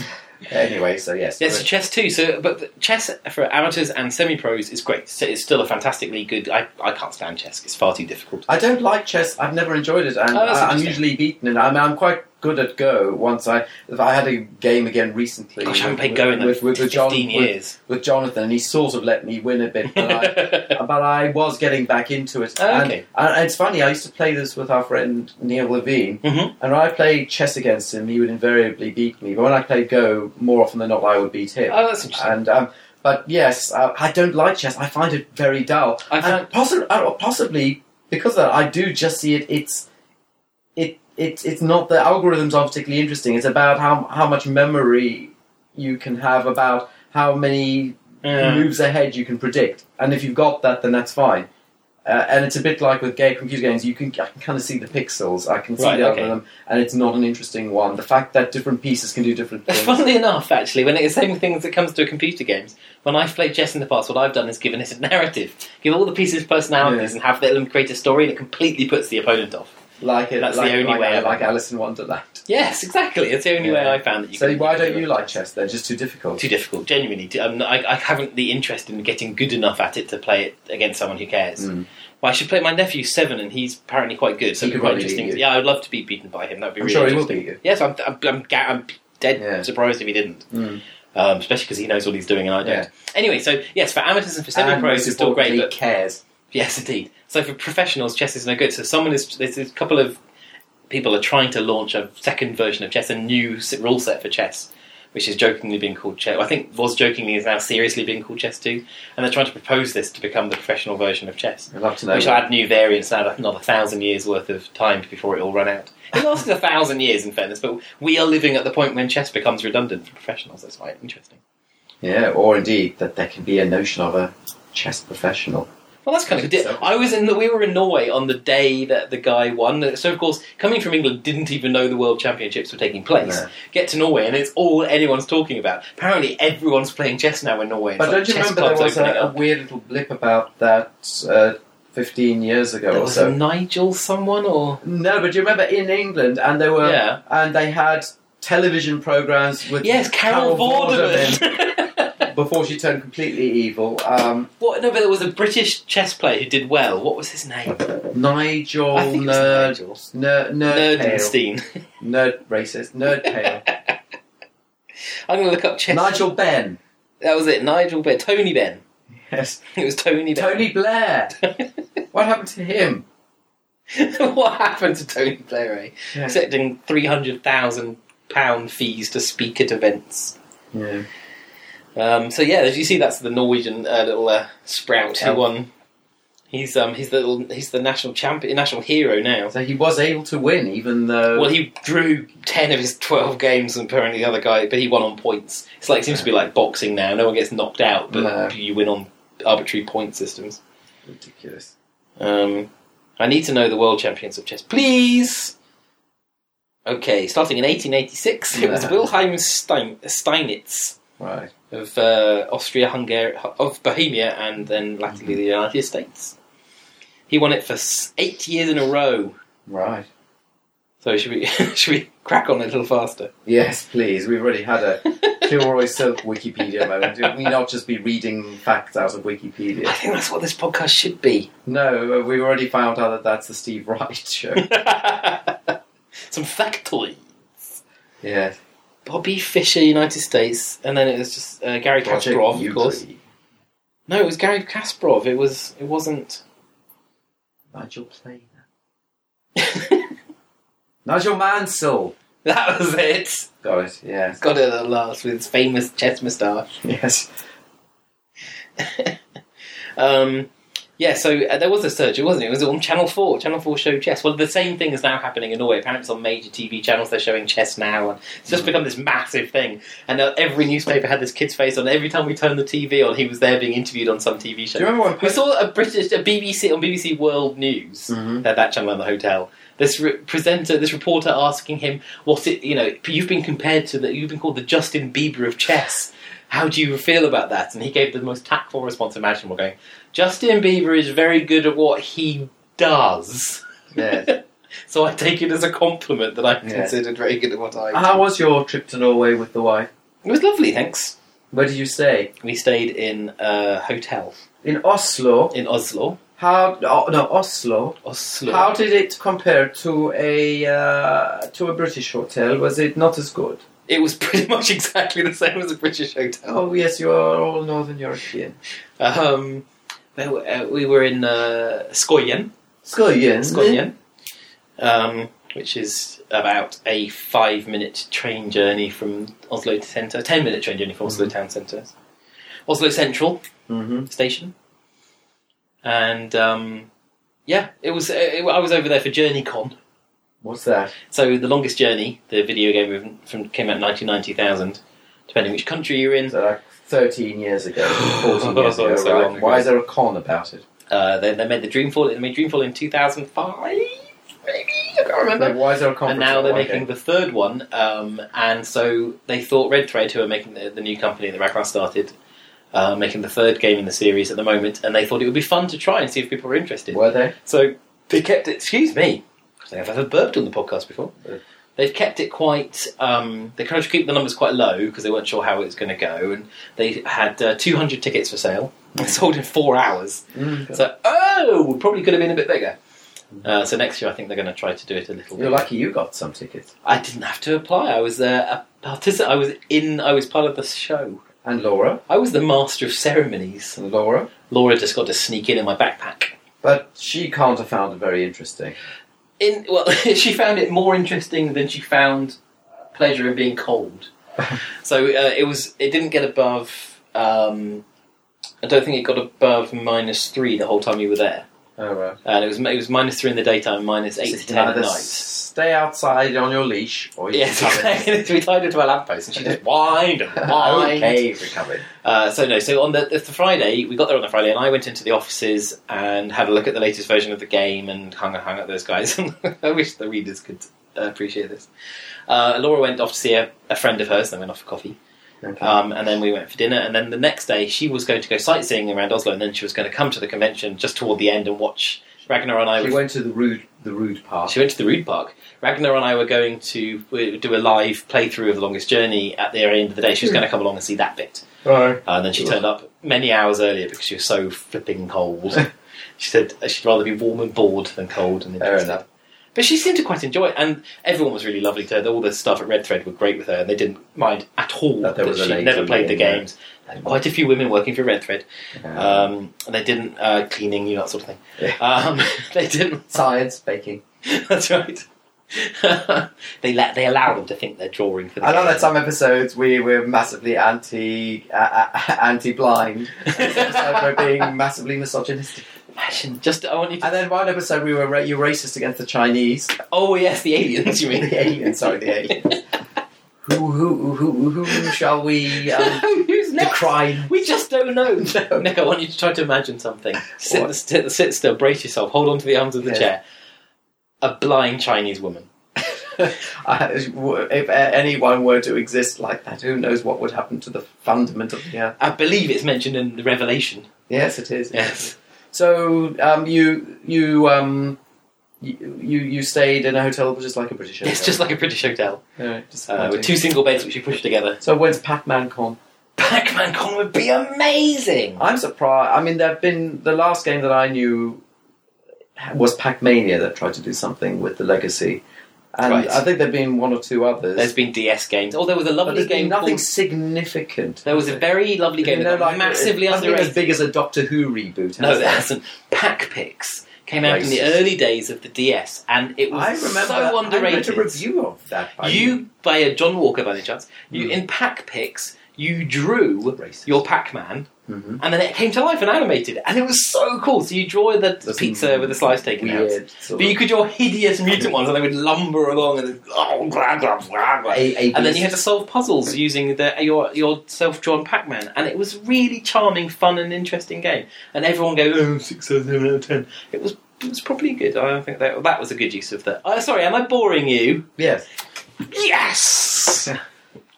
Speaker 1: anyway, so yes.
Speaker 2: Yes, so chess too. So, but the- chess for amateurs and semi-pros is great. So it's still a fantastically good. I, I can't stand chess. It's far too difficult.
Speaker 1: I don't like chess. I've never enjoyed it, and
Speaker 2: Oh, that's
Speaker 1: I, I'm
Speaker 2: interesting.
Speaker 1: usually beaten. And I mean, I'm quite good at Go. Once I I had a game again recently.
Speaker 2: Gosh, I haven't
Speaker 1: with-
Speaker 2: played Go in like
Speaker 1: with, with, with John,
Speaker 2: 15
Speaker 1: with,
Speaker 2: years.
Speaker 1: with Jonathan, and he sort of let me win a bit, but I, but I was getting back into it.
Speaker 2: Oh,
Speaker 1: and,
Speaker 2: okay.
Speaker 1: and it's funny, I used to play this with our friend Neil Levine,
Speaker 2: Mhm.
Speaker 1: and when I played chess against him, he would invariably beat me. But when I played Go, more often than not, I would beat him.
Speaker 2: Oh, that's interesting.
Speaker 1: and um, but yes, uh, I don't like chess. I find it very dull.
Speaker 2: I found-
Speaker 1: and possi- uh, possibly because of that, I do just see it. It's it it's it's not the algorithms aren't particularly interesting. It's about how how much memory you can have about how many
Speaker 2: Yeah.
Speaker 1: moves ahead you can predict, and if you've got that, then that's fine. Uh, and it's a bit like with gay computer games. You can I can kind of see the pixels. I can see
Speaker 2: Right,
Speaker 1: the
Speaker 2: okay.
Speaker 1: algorithm, and it's not an interesting one. The fact that different pieces can do different things.
Speaker 2: Funnily enough, actually, when it's the same thing as it comes to computer games, when I've played chess in the past, what I've done is given it a narrative, give all the pieces personalities,
Speaker 1: Yeah.
Speaker 2: and have let them create a story, and it completely puts the opponent off.
Speaker 1: Like it,
Speaker 2: That's
Speaker 1: like,
Speaker 2: the only
Speaker 1: like,
Speaker 2: way I
Speaker 1: like
Speaker 2: like it.
Speaker 1: Alice in Wonderland.
Speaker 2: Yes, exactly. It's the only
Speaker 1: Yeah.
Speaker 2: way I found that you.
Speaker 1: So
Speaker 2: can
Speaker 1: why don't you like chess? They're just too difficult.
Speaker 2: Too difficult, genuinely. Too- I'm not, I, I haven't the interest in getting good enough at it to play it against someone who cares.
Speaker 1: Mm.
Speaker 2: Well, I should play my nephew's seven, and he's apparently quite good. So
Speaker 1: He
Speaker 2: it'd be
Speaker 1: could
Speaker 2: quite
Speaker 1: probably beat
Speaker 2: interesting.
Speaker 1: you.
Speaker 2: Yeah, I'd love to be beaten by him. That'd be
Speaker 1: I'm
Speaker 2: really
Speaker 1: sure he will
Speaker 2: interesting.
Speaker 1: beat you.
Speaker 2: Yes, I'm, I'm, I'm, ga- I'm dead
Speaker 1: Yeah.
Speaker 2: surprised if he didn't.
Speaker 1: Mm.
Speaker 2: Um, especially because he knows what he's doing and I don't.
Speaker 1: Yeah.
Speaker 2: Anyway, so yes, for amateurs and for
Speaker 1: And
Speaker 2: semi-pros,
Speaker 1: most
Speaker 2: it's still great.
Speaker 1: importantly,
Speaker 2: But
Speaker 1: cares.
Speaker 2: yes, indeed. So for professionals, chess is no good. So someone is there's a couple of people are trying to launch a second version of chess, a new s- rule set for chess, which is jokingly being called chess. I think was jokingly is now seriously being called chess too, and they're trying to propose this to become the professional version of chess.
Speaker 1: I'd love to know.
Speaker 2: Which I had new variants and had another thousand years worth of time before it all ran out. It lasted a thousand years, in fairness, but we are living at the point when chess becomes redundant for professionals. That's quite interesting.
Speaker 1: yeah, or indeed that there can be a notion of a chess professional.
Speaker 2: Well, that's kind of good.
Speaker 1: So-
Speaker 2: I was in. The, we were in Norway on the day that the guy won. So, of course, coming from England, didn't even know the World Championships were taking place.
Speaker 1: No.
Speaker 2: Get to Norway, and it's all anyone's talking about. Apparently, everyone's playing chess now in Norway. It's
Speaker 1: But
Speaker 2: like
Speaker 1: don't you
Speaker 2: chess
Speaker 1: remember there
Speaker 2: clubs
Speaker 1: was
Speaker 2: opening
Speaker 1: a, a
Speaker 2: up.
Speaker 1: weird little blip about that uh, 15 years ago
Speaker 2: There
Speaker 1: or
Speaker 2: was
Speaker 1: so?
Speaker 2: a Nigel someone or
Speaker 1: No, but do you remember in England and they were
Speaker 2: yeah.
Speaker 1: and they had television programs with
Speaker 2: Yes, Carol,
Speaker 1: Vorderman
Speaker 2: Vorderman.
Speaker 1: before she turned completely evil. Um,
Speaker 2: What? No, but there was a British chess player who did well. What was his name?
Speaker 1: Oh, Nigel
Speaker 2: I think it was
Speaker 1: Nerd
Speaker 2: Nigel.
Speaker 1: Nerd Nerdpale.
Speaker 2: Nerdenstein.
Speaker 1: Nerd racist Nerdpale
Speaker 2: I'm going to look up chess.
Speaker 1: Nigel Ben.
Speaker 2: That was it. Nigel Ben. Tony Ben.
Speaker 1: Yes.
Speaker 2: It was Tony Ben.
Speaker 1: Tony Blair. What happened to him?
Speaker 2: what happened to Tony Blair? Eh?
Speaker 1: Yeah.
Speaker 2: Accepting three hundred thousand pound fees to speak at events.
Speaker 1: Yeah.
Speaker 2: Um, so yeah, as you see, that's the Norwegian uh, little uh, sprout who
Speaker 1: Yeah.
Speaker 2: won. He's um he's the little, he's the national champion, national hero now.
Speaker 1: So he was able to win, even though.
Speaker 2: Well, he drew ten of his twelve games, and apparently the other guy, but he won on points. It's like it seems to be like boxing now. No one gets knocked out, but
Speaker 1: No.
Speaker 2: you win on arbitrary point systems.
Speaker 1: ridiculous.
Speaker 2: Um, I need to know the world champions of chess, please. Okay, starting in 1886, it was
Speaker 1: No.
Speaker 2: Wilhelm Stein- Steinitz
Speaker 1: Right.
Speaker 2: of uh, Austria, Hungary, of Bohemia, and then latterly the United States. He won it for s- eight years in a row.
Speaker 1: Right.
Speaker 2: So should we should we crack on a little faster?
Speaker 1: Yes, please. We've already had a Kilroy Silk Wikipedia moment. Did we not just be reading facts out of
Speaker 2: I
Speaker 1: Wikipedia?
Speaker 2: think that's what this podcast should be.
Speaker 1: No, uh, we've already found out that that's the Steve Wright show.
Speaker 2: Some factoid.
Speaker 1: yes.
Speaker 2: Bobby Fischer, United States, and then it was just uh, Gary
Speaker 1: Roger
Speaker 2: Kasparov, of course.
Speaker 1: Euclid,
Speaker 2: No, it was Gary Kasparov. It was. It wasn't.
Speaker 1: Nigel Planer.
Speaker 2: that
Speaker 1: Nigel Mansell.
Speaker 2: was it.
Speaker 1: Got it. Yes.
Speaker 2: Got it at last with his famous chess moustache.
Speaker 1: Yes.
Speaker 2: Um, yeah, so uh, there was a search, wasn't it? It was on Channel 4. Channel 4 showed chess. Well, the same thing is now happening in Norway. Apparently, it's on major TV channels, they're showing chess now. and It's just become this massive thing. And now every newspaper had this kid's face on. Every time we turned the TV on, he was there being interviewed on some TV
Speaker 1: Do
Speaker 2: show.
Speaker 1: you remember when?
Speaker 2: We saw a British, a BBC on BBC World News,
Speaker 1: Mhm.
Speaker 2: at that channel in the hotel. This re- presenter, this reporter, asking him, "What it? You know, you've been compared to the, you've been called the Justin Bieber of chess. How do you feel about that?" And he gave the most tactful response imaginable, going, "Justin Bieber is very good at what he does."
Speaker 1: Yes.
Speaker 2: so I take it as a compliment that I'm
Speaker 1: Yeah. Ah.
Speaker 2: considered very good at what I do.
Speaker 1: How was your trip to Norway with the wife?
Speaker 2: it was lovely, thanks.
Speaker 1: Where did you stay?
Speaker 2: We stayed in a hotel
Speaker 1: In Oslo.
Speaker 2: in Oslo.
Speaker 1: How? Oh, no, Oslo.
Speaker 2: Oslo.
Speaker 1: How did it compare to a uh, to a British hotel? Was it not as good?
Speaker 2: It was pretty much exactly the same as a British hotel.
Speaker 1: Oh yes, you are all Northern European.
Speaker 2: Um, there were- uh, we were in uh, Skøyen,
Speaker 1: Skøyen.
Speaker 2: Skøyen, um, which is about a five-minute train journey from Oslo to centre, ten-minute train journey from Oslo town centre, Oslo Central
Speaker 1: hmm
Speaker 2: station, and um, yeah, it was. It, I was over there for JourneyCon,
Speaker 1: What's that?
Speaker 2: so the longest journey, the video game movement from came out in nineteen ninety thousand, depending which country you're in.
Speaker 1: So like thirteen years ago, fourteen years ago.
Speaker 2: So
Speaker 1: right?
Speaker 2: long ago.
Speaker 1: Why is there a con about it?
Speaker 2: Uh, they, they made the Dreamfall. They made Dreamfall in two thousand five, maybe I can't
Speaker 1: Like,
Speaker 2: remember.
Speaker 1: why is there a con?
Speaker 2: And
Speaker 1: for
Speaker 2: now they're
Speaker 1: July
Speaker 2: making
Speaker 1: game?
Speaker 2: the third one, um, and so they thought Red Thread, who are making the, the new company that Racklar started, uh, making the third game in the series at the moment, and they thought it would be fun to try and see if people were interested.
Speaker 1: Were they?
Speaker 2: So they kept it. Excuse me, I think I've ever burped on the podcast before.
Speaker 1: Yeah.
Speaker 2: They've kept it quite. Um, they kind of keep the numbers quite low because they weren't sure how it was going to go, and they had uh, 200 tickets for sale. They sold in four hours. So oh, we probably could have been a bit bigger. Uh, so next year, I think they're going to try to do it a little.
Speaker 1: You're
Speaker 2: bit.
Speaker 1: lucky you got some tickets
Speaker 2: I didn't have to apply. I was uh, a participant. I was in. I was part of the show.
Speaker 1: and Laura
Speaker 2: I was the master of ceremonies.
Speaker 1: and Laura.
Speaker 2: Laura just got to sneak in in my backpack.
Speaker 1: But she can't have found it very interesting.
Speaker 2: in well, she found it more interesting than she found pleasure in being cold. so uh, it was. It didn't get above. Um, I don't think it got above minus three the whole time you were there,
Speaker 1: Oh, well.
Speaker 2: and it was it was minus three in the daytime, minus eight to
Speaker 1: You can
Speaker 2: ten at
Speaker 1: either
Speaker 2: night.
Speaker 1: Stay outside on your leash, or you
Speaker 2: Yes,
Speaker 1: can come in.
Speaker 2: exactly. we tied her to a lamppost, and she just whined and whined.
Speaker 1: okay, recovered.
Speaker 2: Uh, so no, so on the, the Friday we got there on the Friday, and I went into the offices and had a look at the latest version of the game and hung hung at those guys. I wish the readers could uh, appreciate this. Uh, Laura went off to see a, a friend of hers, and they went off for coffee,
Speaker 1: Okay.
Speaker 2: um, and then we went for dinner. And then the next day she was going to go sightseeing around Oslo, and then she was going to come to the convention just toward the end and watch Ragnar and I.
Speaker 1: she
Speaker 2: were-
Speaker 1: went to the rude, the rude part.
Speaker 2: she went to the Rude Park. Ragnar and I were going to we- do a live playthrough of The Longest Journey at the end of the day.
Speaker 1: Hmm.
Speaker 2: She was going to come along and see that bit.
Speaker 1: Oh,
Speaker 2: Uh, and then she turned up many hours earlier because she was so flipping cold. she said she'd rather be warm and bored than cold and
Speaker 1: fair
Speaker 2: interested.
Speaker 1: enough.
Speaker 2: But she seemed to quite enjoy it, and everyone was really lovely to her. All the staff at Red Thread were great with her, and they didn't mind at all that,
Speaker 1: That there was a
Speaker 2: she'd
Speaker 1: lady
Speaker 2: never played the
Speaker 1: in there.
Speaker 2: games. And Quite a few women working for Red Thread, um, and they didn't uh, cleaning you know, that sort of thing.
Speaker 1: Yeah.
Speaker 2: Um, they didn't.
Speaker 1: Science, baking.
Speaker 2: That's right. they let they allow them to think they're drawing for the
Speaker 1: I know
Speaker 2: game.
Speaker 1: that some episodes we were massively anti uh, uh, anti-blind. Some episode we're being massively misogynistic.
Speaker 2: Imagine, just I want you to
Speaker 1: And then one episode we were ra- you were racist against the Chinese.
Speaker 2: Oh yes, the aliens. You mean
Speaker 1: The aliens, sorry, the aliens. Who who who who, who shall we um,
Speaker 2: Who's next?
Speaker 1: decry?
Speaker 2: We just don't know.
Speaker 1: No.
Speaker 2: Nick, I want you to try to imagine something. Sit,
Speaker 1: What?
Speaker 2: sit, sit still, brace yourself, hold on to the arms of the
Speaker 1: Yes.
Speaker 2: chair. A blind Chinese woman.
Speaker 1: I- if anyone were to exist like that, who knows what would happen to the fundament of the earth?
Speaker 2: I believe it's mentioned in the Revelation.
Speaker 1: Yes, it is.
Speaker 2: Yes.
Speaker 1: So um, you you um you you you stayed in a hotel just like a British hotel.
Speaker 2: It's just like a British hotel
Speaker 1: Yeah,
Speaker 2: uh,
Speaker 1: disappointing.
Speaker 2: with two single beds which you push together.
Speaker 1: So when's Pac-Man Con?
Speaker 2: Pac-Man Con would be amazing.
Speaker 1: I'm surprised. I mean, there've been the last game that I knew was Pac-Mania that tried to do something with the legacy, and
Speaker 2: Right.
Speaker 1: I think there've been one or two others.
Speaker 2: There's been DS games. Oh, there was a
Speaker 1: but
Speaker 2: lovely
Speaker 1: there's been
Speaker 2: game.
Speaker 1: nothing
Speaker 2: Called,
Speaker 1: significant.
Speaker 2: there was a very lovely game
Speaker 1: You
Speaker 2: that
Speaker 1: know,
Speaker 2: got
Speaker 1: like
Speaker 2: massively
Speaker 1: nothing as
Speaker 2: underrated.
Speaker 1: big as a Doctor Who reboot.
Speaker 2: No,
Speaker 1: has
Speaker 2: it
Speaker 1: there?
Speaker 2: hasn't. Pack Picks came out in the
Speaker 1: Racist.
Speaker 2: early days of the DS, and it was
Speaker 1: I remember.
Speaker 2: so
Speaker 1: I read
Speaker 2: underrated.
Speaker 1: a review of that. By Hmm.
Speaker 2: you, by a John Walker, by any chance, you in Pack Picks, you drew
Speaker 1: Racist.
Speaker 2: your Pac-Man,
Speaker 1: Mhm.
Speaker 2: and then it came to life and animated, and it was so cool. So you draw the
Speaker 1: That's
Speaker 2: pizza with the slice taken out,
Speaker 1: weird. Sort
Speaker 2: but you
Speaker 1: of
Speaker 2: could draw hideous mutant ones, and they would lumber along and oh, blah, blah, blah, blah.
Speaker 1: a, a
Speaker 2: And then you had
Speaker 1: beast.
Speaker 2: to solve puzzles using the, your your self drawn Pac Man, and it was really charming, fun, and interesting game. And everyone go, oh, six, seven, seven out of ten. It was it was probably good. I think that that was a good use of that. Uh, sorry, am I boring you?
Speaker 1: yes.
Speaker 2: Yes.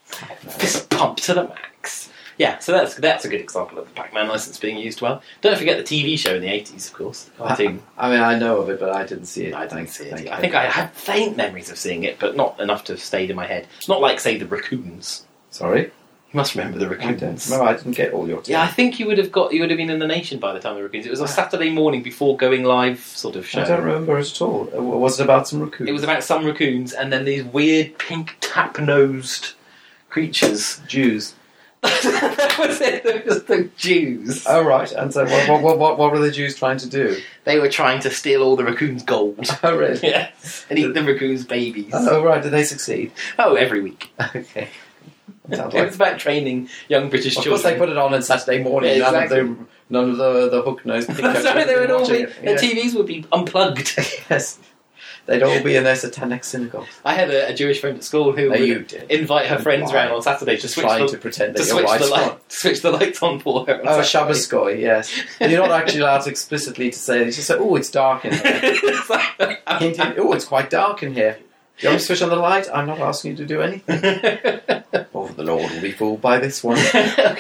Speaker 2: Fist pump to the max. Yeah, so that's that's a good example of the Pac Man license being used well. Don't forget the TV show in the eighties, of course. The cartoon.
Speaker 1: I mean, I know of it, but I didn't see it.
Speaker 2: I don't
Speaker 1: Thanks,
Speaker 2: see it.
Speaker 1: thank
Speaker 2: I
Speaker 1: you.
Speaker 2: think I have faint memories of seeing it, but not enough to have stayed in my head. It's not like, say, the Raccoons.
Speaker 1: Sorry.
Speaker 2: You must remember the
Speaker 1: I
Speaker 2: Raccoons.
Speaker 1: don't. No, I didn't get all your.
Speaker 2: Yeah, I think you would have got you would have been in the nation by the time the Raccoons. It was a Saturday morning before going live sort of show.
Speaker 1: I don't remember it at all. Uh, Was it about some raccoons?
Speaker 2: It was about some raccoons and then these weird pink tap nosed creatures.
Speaker 1: Jews.
Speaker 2: that was it. It was the Jews.
Speaker 1: Oh right. And so what, what, what, what, what were the Jews trying to do?
Speaker 2: They were trying to steal all the raccoons' gold.
Speaker 1: Oh really?
Speaker 2: yeah, and eat the raccoons' babies.
Speaker 1: Oh right. Did they succeed?
Speaker 2: Oh, every week.
Speaker 1: Okay. That sounds
Speaker 2: It
Speaker 1: like.
Speaker 2: was about training young British
Speaker 1: Of
Speaker 2: children.
Speaker 1: course, they put it on on Saturday morning.
Speaker 2: Yeah,
Speaker 1: None of the none of the the hook nosed.
Speaker 2: That's right, they would all be, their
Speaker 1: Yes.
Speaker 2: TVs would be unplugged.
Speaker 1: yes. They'd all be in their satanic synagogue.
Speaker 2: I had a, a Jewish friend at school who
Speaker 1: No,
Speaker 2: would
Speaker 1: you did.
Speaker 2: invite her friends
Speaker 1: Why?
Speaker 2: round on Saturday to
Speaker 1: Just
Speaker 2: switch
Speaker 1: trying
Speaker 2: the,
Speaker 1: to pretend
Speaker 2: to
Speaker 1: that you're
Speaker 2: switch,
Speaker 1: white.
Speaker 2: the light, switch the lights on for her.
Speaker 1: Oh,
Speaker 2: Exactly.
Speaker 1: Shabbaskoy, yes. And you're not actually allowed to explicitly to say this. You say, oh, it's dark in here.
Speaker 2: It's like-
Speaker 1: Hinting, oh, it's quite dark in here. You want me to switch on the light? I'm not asking you to do anything. Oh, the Lord will be fooled by this one.
Speaker 2: oh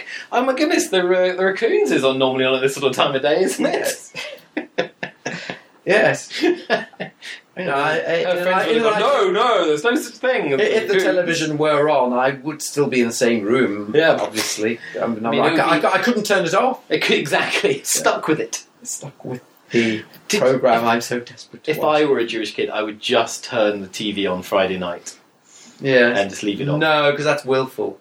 Speaker 2: my goodness, the, ra- the raccoons is on normally on at this sort of time of day, isn't
Speaker 1: Yes. Yes.
Speaker 2: it?
Speaker 1: You know, I, I,
Speaker 2: Her
Speaker 1: and I-
Speaker 2: friends would
Speaker 1: you
Speaker 2: have
Speaker 1: know,
Speaker 2: gone, no,
Speaker 1: I-
Speaker 2: no, there's no such thing. as
Speaker 1: if the
Speaker 2: raccoons."
Speaker 1: television were on, I would still be in the same room.
Speaker 2: Yeah.
Speaker 1: obviously. I, mean,
Speaker 2: I mean,
Speaker 1: I,
Speaker 2: it would
Speaker 1: ca- I
Speaker 2: be-
Speaker 1: ca- I couldn't turn it off.
Speaker 2: It could- exactly, stuck with it.
Speaker 1: Stuck with the
Speaker 2: Did-
Speaker 1: program. I'm so desperate to
Speaker 2: If
Speaker 1: watch.
Speaker 2: I were a Jewish kid, I would just turn the TV on Friday night
Speaker 1: yeah,
Speaker 2: and just leave it on.
Speaker 1: No, because that's willful.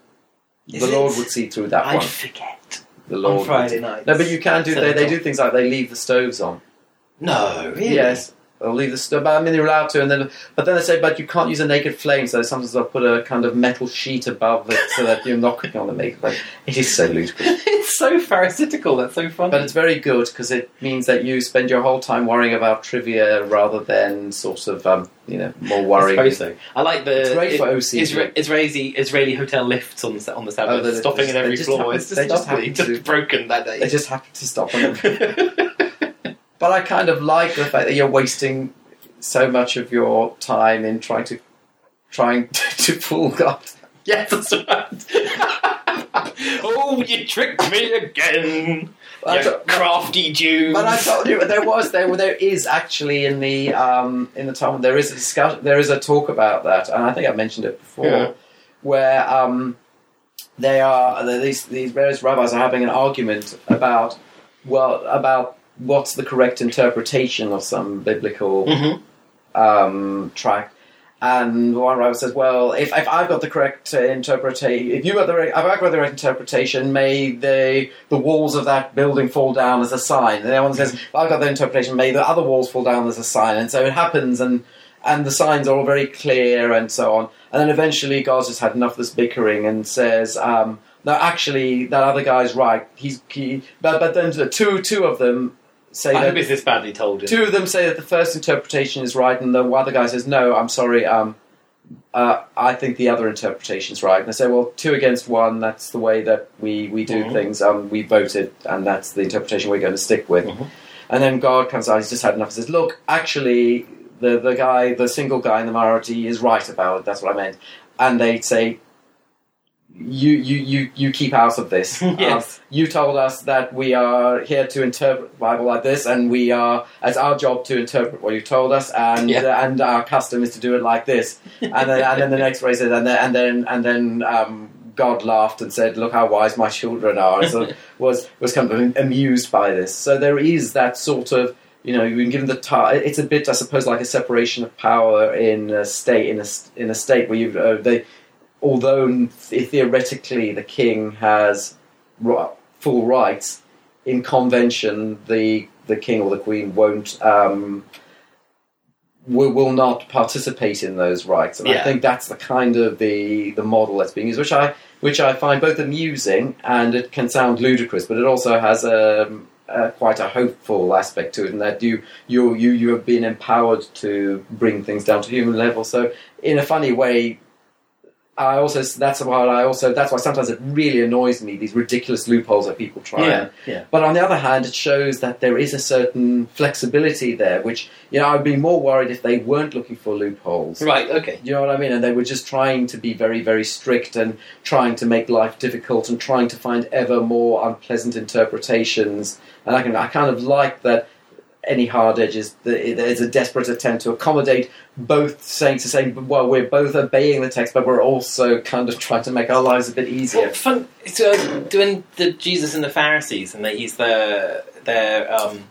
Speaker 2: Is
Speaker 1: the
Speaker 2: it?
Speaker 1: Lord would see through that
Speaker 2: I'd
Speaker 1: one.
Speaker 2: forget
Speaker 1: The Lord
Speaker 2: on
Speaker 1: would-
Speaker 2: Friday night.
Speaker 1: No, but you can do.
Speaker 2: So
Speaker 1: They,
Speaker 2: they
Speaker 1: they do things like they leave the stoves on.
Speaker 2: No, really?
Speaker 1: Yes, they'll leave the stove. But I mean, they're allowed to. And then, but then they say, but you can't use a naked flame. So sometimes they'll put a kind of metal sheet above it so that you're not knocking on the naked flame. It is so ludicrous,
Speaker 2: it's so pharisaical. That's so funny.
Speaker 1: but it's very good because it means that you spend your whole time worrying about trivia rather than sort of um, you know more worrying.
Speaker 2: I suppose so. I like the
Speaker 1: It's great for OCD.
Speaker 2: Isra- Israeli Israeli hotel lifts on the, on the Sabbath,
Speaker 1: Oh, they-
Speaker 2: stopping at
Speaker 1: they
Speaker 2: every
Speaker 1: just
Speaker 2: floor.
Speaker 1: happen-
Speaker 2: it's just
Speaker 1: they just
Speaker 2: lovely.
Speaker 1: happen
Speaker 2: Just
Speaker 1: to-
Speaker 2: broken that day.
Speaker 1: They just happen to stop on it. But I kind of like the fact that you're wasting so much of your time in trying to trying to fool God.
Speaker 2: yes, that's right. oh, you tricked me again,
Speaker 1: I
Speaker 2: you
Speaker 1: don't-
Speaker 2: crafty Jews.
Speaker 1: But I told you, there was there there is actually in the um, in the time there is a discussion there is a talk about that, and I think I mentioned it before,
Speaker 2: Yeah.
Speaker 1: where um, they are these these various rabbis are having an argument about well about what's the correct interpretation of some biblical
Speaker 2: Mhm.
Speaker 1: um, track. And one writer says, "Well, if, if I've got the correct uh, interpretation, if you got the right- if I've got the right interpretation, may the the walls of that building fall down as a sign." And the other one says, "If "I've got the interpretation, may the other walls fall down as a sign." And so it happens, and and the signs are all very clear, and so on. And then eventually, God's just had enough of this bickering, and says, um, "No, actually, that other guy's right. He's he, but but then the two two of them say
Speaker 2: I
Speaker 1: that
Speaker 2: hope it's this badly told.
Speaker 1: Two of them say that the first interpretation is right, and the other guy says, "No, I'm sorry. Um, uh, I think the other interpretation is right." And they say, "Well, two against one. That's the way that we we do
Speaker 2: Mhm.
Speaker 1: things. Um, we voted, and that's the interpretation we're going to stick with."
Speaker 2: Mhm.
Speaker 1: And then God comes out. He's just had enough. and says, "Look, actually, the the guy, the single guy in the minority, is right about it. That's what I meant." And they say. You, you, you, you keep out of this. Um,
Speaker 2: Yes.
Speaker 1: you told us that we are here to interpret the Bible like this, and we are it's our job to interpret what you told us, and
Speaker 2: Yeah.
Speaker 1: and our custom is to do it like this. And then, and then the next phrase is, and then and then and then um, God laughed and said, "Look how wise my children are." And so was was kind of amused by this. So there is that sort of you know, you've been given the ta- It's a bit, I suppose, like a separation of power in a state in a s- in a state where you uh, they, although the- theoretically the king has ri- full rights, in convention the the king or the queen won't. Um, Will, will not participate in those rights, and
Speaker 2: Yeah.
Speaker 1: I think that's the kind of the the model that's being used, which I which I find both amusing and it can sound ludicrous, but it also has a, a quite a hopeful aspect to it, in that you you you you have been empowered to bring things down to human level. So in a funny way, I also that's why I also that's why sometimes it really annoys me these ridiculous loopholes that people try.
Speaker 2: Yeah,
Speaker 1: and-
Speaker 2: yeah.
Speaker 1: But on the other hand, it shows that there is a certain flexibility there, which you know I'd be more worried if they weren't looking for loopholes.
Speaker 2: Right. Okay.
Speaker 1: You know what I mean? And they were just trying to be very, very strict and trying to make life difficult and trying to find ever more unpleasant interpretations. And I can, I kind of like that any hard edges. The- There's a desperate attempt to accommodate both saying to saying, well, we're both obeying the text, but we're also kind of trying to make our lives a bit
Speaker 2: Well,
Speaker 1: easier.
Speaker 2: fun. So uh, doing the Jesus and the Pharisees, and that he's the they're um,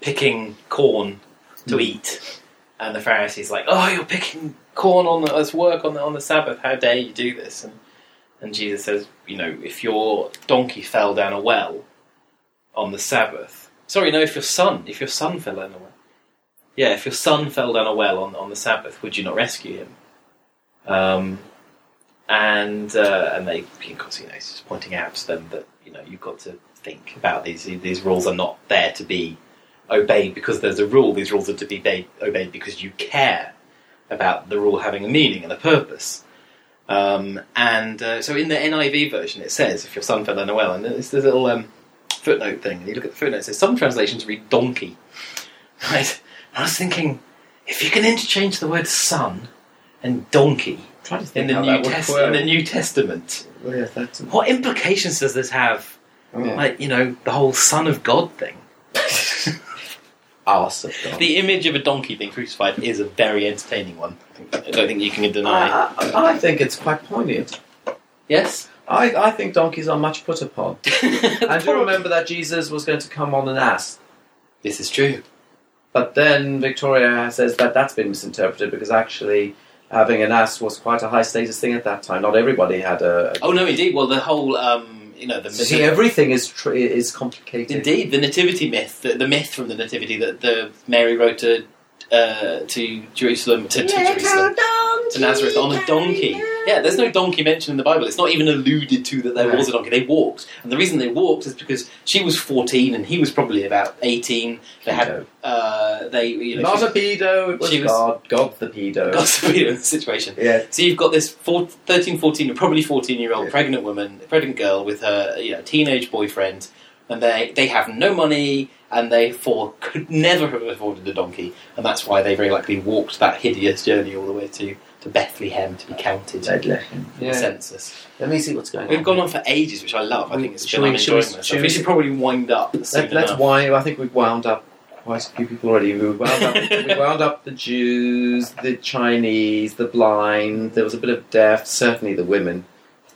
Speaker 2: picking corn to eat, and the Pharisees like, "Oh, you're picking corn on the, as work on the on the Sabbath. How dare you do this?" And and Jesus says, "You know, if your donkey fell down a well on the Sabbath, sorry, no, if your son, if your son fell down a well, yeah, if your son fell down a well on on the Sabbath, would you not rescue him?" Um, and uh, and they because you know it's just pointing out to them that you know you've got to think about these these rules are not there to be obeyed because there's a rule these rules are to be obeyed, obeyed because you care about the rule having a meaning and a purpose um, and uh, so in the NIV version it says if your son fell in a well and it's this little um, footnote thing and you look at the footnote it says some translations read donkey right and I was thinking if you can interchange the word son and donkey
Speaker 1: trying to
Speaker 2: in
Speaker 1: think
Speaker 2: the
Speaker 1: how
Speaker 2: New
Speaker 1: that would
Speaker 2: Test-
Speaker 1: work.
Speaker 2: in the New Testament.
Speaker 1: Well, yeah, that's-
Speaker 2: What implications does this have?
Speaker 1: Yeah.
Speaker 2: Like you know, the whole Son of God thing.
Speaker 1: Arse of God.
Speaker 2: the image of a donkey being crucified is a very entertaining one. I don't think you can deny.
Speaker 1: I, I, I think it's quite poignant.
Speaker 2: Uh, yes.
Speaker 1: I, I think donkeys are much put upon. I do
Speaker 2: Probably.
Speaker 1: remember that Jesus was going to come on an ass,
Speaker 2: This is true.
Speaker 1: but then Victoria says that that's been misinterpreted because actually having an ass was quite a high status thing at that time. Not everybody had a.
Speaker 2: Oh no, indeed. Well, the whole um, you know the
Speaker 1: See, everything is tr- is complicated.
Speaker 2: Indeed, the nativity myth, the, the myth from the nativity that the Mary wrote to uh, to Jerusalem to, to Jerusalem to Nazareth on a donkey. Yeah, there's no donkey mentioned in the Bible. It's not even alluded to that there was a donkey. They walked, and the reason they walked is because she was 14 and he was probably about 18. They had uh, they you know
Speaker 1: Not
Speaker 2: she,
Speaker 1: a pedo, it was,
Speaker 2: she was-
Speaker 1: God. God the pedo.
Speaker 2: got to be in the situation.
Speaker 1: Yeah.
Speaker 2: So you've got this four, 13, 14, or probably 14 year old
Speaker 1: Yeah.
Speaker 2: pregnant woman, pregnant girl with her you know, teenage boyfriend, and they, they have no money and they for could never have afforded a donkey, and that's why they very likely walked that hideous journey all the way to, to Bethlehem to be counted in the
Speaker 1: yeah.
Speaker 2: census.
Speaker 1: Let me see what's going
Speaker 2: We've
Speaker 1: on.
Speaker 2: gone on for ages, which I love. I
Speaker 1: We-
Speaker 2: think it's
Speaker 1: shall
Speaker 2: been I'm
Speaker 1: we- shall we-
Speaker 2: enjoying myself.
Speaker 1: shall
Speaker 2: We
Speaker 1: we-
Speaker 2: should probably wind up. soon
Speaker 1: That, that's
Speaker 2: enough.
Speaker 1: why I think we've wound up quite a few people already. We wound up, we wound up the Jews, the Chinese, the blind. There was a bit of deaf. Certainly the women.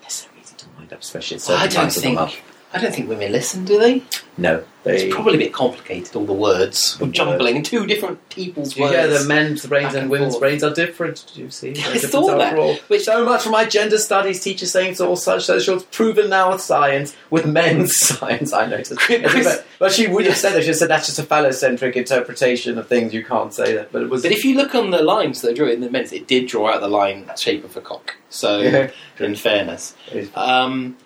Speaker 1: There's so easy to wind up, especially at
Speaker 2: Well, I
Speaker 1: certain
Speaker 2: don't
Speaker 1: times of the
Speaker 2: think
Speaker 1: month.
Speaker 2: I don't think women listen, do they?
Speaker 1: No, they.
Speaker 2: It's probably a bit complicated. All the words,
Speaker 1: The
Speaker 2: We're jumbling two different people's
Speaker 1: Do you
Speaker 2: words.
Speaker 1: hear the men's brains
Speaker 2: Back
Speaker 1: and
Speaker 2: and
Speaker 1: women's
Speaker 2: forth.
Speaker 1: brains are different? Do you see?
Speaker 2: Yeah,
Speaker 1: They're
Speaker 2: I
Speaker 1: different
Speaker 2: saw that.
Speaker 1: overall.
Speaker 2: Which-
Speaker 1: so much for my gender studies teacher saying it's all such social. It's proven now with science, with men's science, I noticed.
Speaker 2: Chris-
Speaker 1: But, but she would have said that. She said that's just a phallocentric interpretation of things. You can't say that. But it was.
Speaker 2: But if you look on the lines that I drew in the men's, it did draw out the line shape of a cock. So,
Speaker 1: Yeah.
Speaker 2: in fairness,
Speaker 1: It-
Speaker 2: um,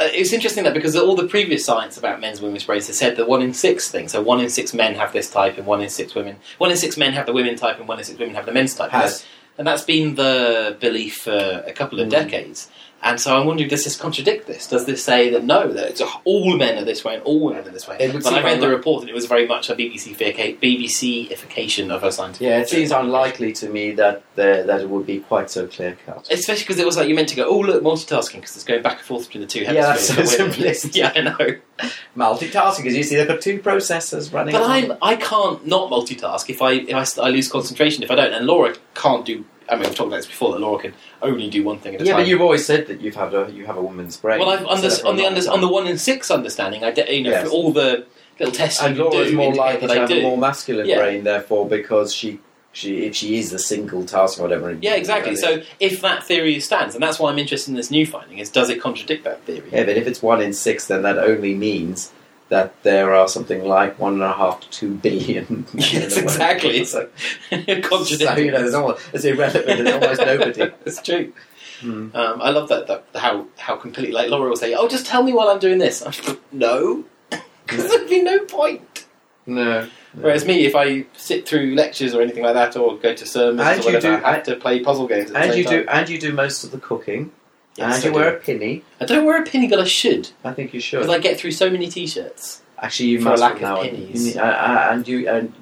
Speaker 2: uh, it's interesting that because all the previous science about men's and women's brains has said the one in six thing. So one in six men have this type, and one in six women, one in six men have the women type, and one in six women have the men's type.
Speaker 1: Has.
Speaker 2: and that's been the belief for a couple of
Speaker 1: Mm.
Speaker 2: decades. And so I'm wondering, does this contradict this? Does this say that no, that it's all men are this way and all women are this way?
Speaker 1: It would
Speaker 2: But I
Speaker 1: seem
Speaker 2: read the
Speaker 1: unlike-
Speaker 2: report, and it was very much a BBC BBCification of our scientific.
Speaker 1: yeah,
Speaker 2: journal.
Speaker 1: it seems unlikely to me that the, that it would be quite so clear cut.
Speaker 2: Especially because it was like you meant to go, oh look, multitasking, because it's going back and forth between the two
Speaker 1: Yeah,
Speaker 2: hemispheres.
Speaker 1: that's so
Speaker 2: But when-
Speaker 1: simplistic.
Speaker 2: Yeah, I know.
Speaker 1: Multitasking, because you see, they've got two processors running.
Speaker 2: But
Speaker 1: at
Speaker 2: I'm I can't not multitask if I if I, s- I lose concentration if I don't. And Laura can't do. I mean, we've talked about this before that Laura can only do one thing at a
Speaker 1: Yeah,
Speaker 2: time.
Speaker 1: but you've always said that you've had a you have a woman's brain.
Speaker 2: well, I've under,
Speaker 1: So
Speaker 2: on the under,
Speaker 1: that's wrong.
Speaker 2: on the one in six understanding. I de- you know
Speaker 1: Yes.
Speaker 2: for all the little tests
Speaker 1: and
Speaker 2: you can
Speaker 1: Laura's
Speaker 2: do
Speaker 1: more
Speaker 2: indicate
Speaker 1: likely
Speaker 2: that
Speaker 1: to
Speaker 2: I
Speaker 1: have
Speaker 2: do.
Speaker 1: a more masculine
Speaker 2: Yeah.
Speaker 1: brain, therefore, because she, she if she is the single task or whatever. it
Speaker 2: Yeah,
Speaker 1: is,
Speaker 2: exactly.
Speaker 1: that
Speaker 2: So if that theory stands, and that's why I'm interested in this new finding, is does it contradict that theory?
Speaker 1: is. yeah, but if it's one in six, then that only means that there are something like one and a half to two billion. men in
Speaker 2: Yes,
Speaker 1: the world.
Speaker 2: exactly.
Speaker 1: So,
Speaker 2: Contradicting.
Speaker 1: so, you know, there's almost, it's irrelevant. There's almost nobody.
Speaker 2: It's true.
Speaker 1: Hmm.
Speaker 2: Um, I love that, that how how completely like Laura will say, "Oh, just tell me while I'm doing this." I'm like, no, because there'd be no point.
Speaker 1: No.
Speaker 2: Whereas me, if I sit through lectures or anything like that, or go to
Speaker 1: And
Speaker 2: sermons or
Speaker 1: you
Speaker 2: whatever,
Speaker 1: do-
Speaker 2: I have to play puzzle games. At the
Speaker 1: And
Speaker 2: same
Speaker 1: you do,
Speaker 2: time.
Speaker 1: and you do most of the cooking,
Speaker 2: Yes,
Speaker 1: and
Speaker 2: I
Speaker 1: you wear a pinny.
Speaker 2: I don't wear a pinny, but I should
Speaker 1: I think you
Speaker 2: because
Speaker 1: should.
Speaker 2: I get through so many t-shirts.
Speaker 1: Actually, you
Speaker 2: for
Speaker 1: must
Speaker 2: lack of
Speaker 1: now.
Speaker 2: pennies.
Speaker 1: You need- I- I- uh, and you and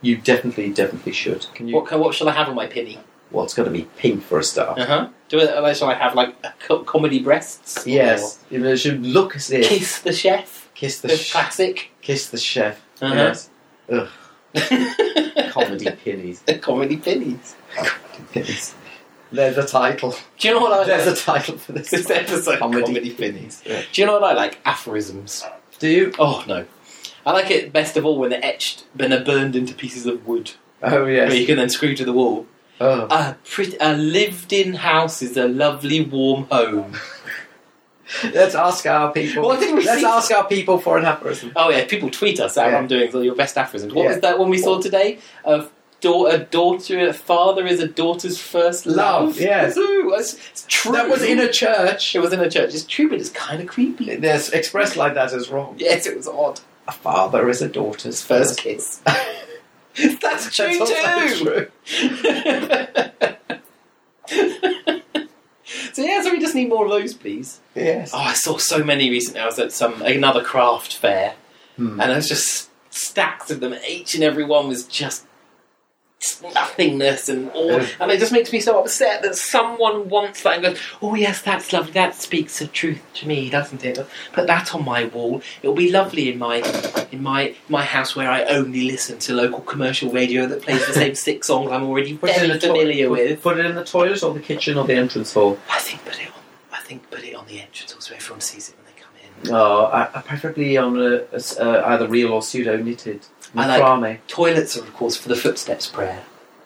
Speaker 1: you definitely, definitely should. Can you?
Speaker 2: What can, what shall I have on my pinny?
Speaker 1: Well, it's got to be pink for a start.
Speaker 2: Uh huh. Do I, like, shall I have like a co- comedy breasts?
Speaker 1: Yes, it should look as
Speaker 2: Or
Speaker 1: if
Speaker 2: kiss the chef.
Speaker 1: kiss the
Speaker 2: The
Speaker 1: sh-
Speaker 2: classic.
Speaker 1: kiss the chef.
Speaker 2: Uh-huh.
Speaker 1: Yes, Comedy Pinnies.
Speaker 2: Comedy pennies.
Speaker 1: Pinnies. There's a title.
Speaker 2: Do you know what I like?
Speaker 1: There's a title for this.
Speaker 2: this episode
Speaker 1: Comedy
Speaker 2: comedy,
Speaker 1: Pennies.
Speaker 2: pennies.
Speaker 1: Yeah.
Speaker 2: Do you know what I like? Aphorisms.
Speaker 1: Do you?
Speaker 2: Oh no, I like it best of all when they're etched, when they're burned into pieces of wood.
Speaker 1: Oh,
Speaker 2: Where you
Speaker 1: yes.
Speaker 2: can then screw to the wall.
Speaker 1: Oh.
Speaker 2: A pretty, a lived-in house is a lovely warm home.
Speaker 1: Let's ask our people.
Speaker 2: What did we
Speaker 1: Let's
Speaker 2: see?
Speaker 1: ask our people for an aphorism.
Speaker 2: Oh yeah, people tweet us out.
Speaker 1: Yeah.
Speaker 2: I'm doing your best aphorisms. What
Speaker 1: Yeah.
Speaker 2: was that one we saw today? Of da- a daughter, a father is a daughter's first love.
Speaker 1: Love, yes.
Speaker 2: Ooh, it's, it's true.
Speaker 1: That was in a church.
Speaker 2: It was in a church. It's true, but it's kind of creepy.
Speaker 1: There's expressed like that is wrong.
Speaker 2: Yes, it was odd.
Speaker 1: A father is a daughter's
Speaker 2: His first kiss. That's true
Speaker 1: That's also
Speaker 2: too.
Speaker 1: true.
Speaker 2: so yeah, so we just need more of those, please.
Speaker 1: Yes.
Speaker 2: Oh, I saw so many recently. I was at some another craft fair,
Speaker 1: Hmm.
Speaker 2: and I was just stacked of them. Each and every one was just nothingness and all,
Speaker 1: Yeah.
Speaker 2: and it just makes me so upset that someone wants that and goes, "Oh yes, that's lovely. That speaks of truth to me, doesn't it? Put that on my wall. It'll be lovely in my in my my house where I only listen to local commercial radio that plays the same six songs I'm already very
Speaker 1: to-
Speaker 2: familiar
Speaker 1: put-
Speaker 2: with."
Speaker 1: Put it in the toilet or the kitchen or the entrance hall.
Speaker 2: I think put it on. I think put it on the entrance so everyone sees it when they come in.
Speaker 1: Oh, I, I preferably on a, a s- uh, either real or pseudo knitted.
Speaker 2: I like-
Speaker 1: macrame.
Speaker 2: Toilets are, of course, for the footsteps prayer.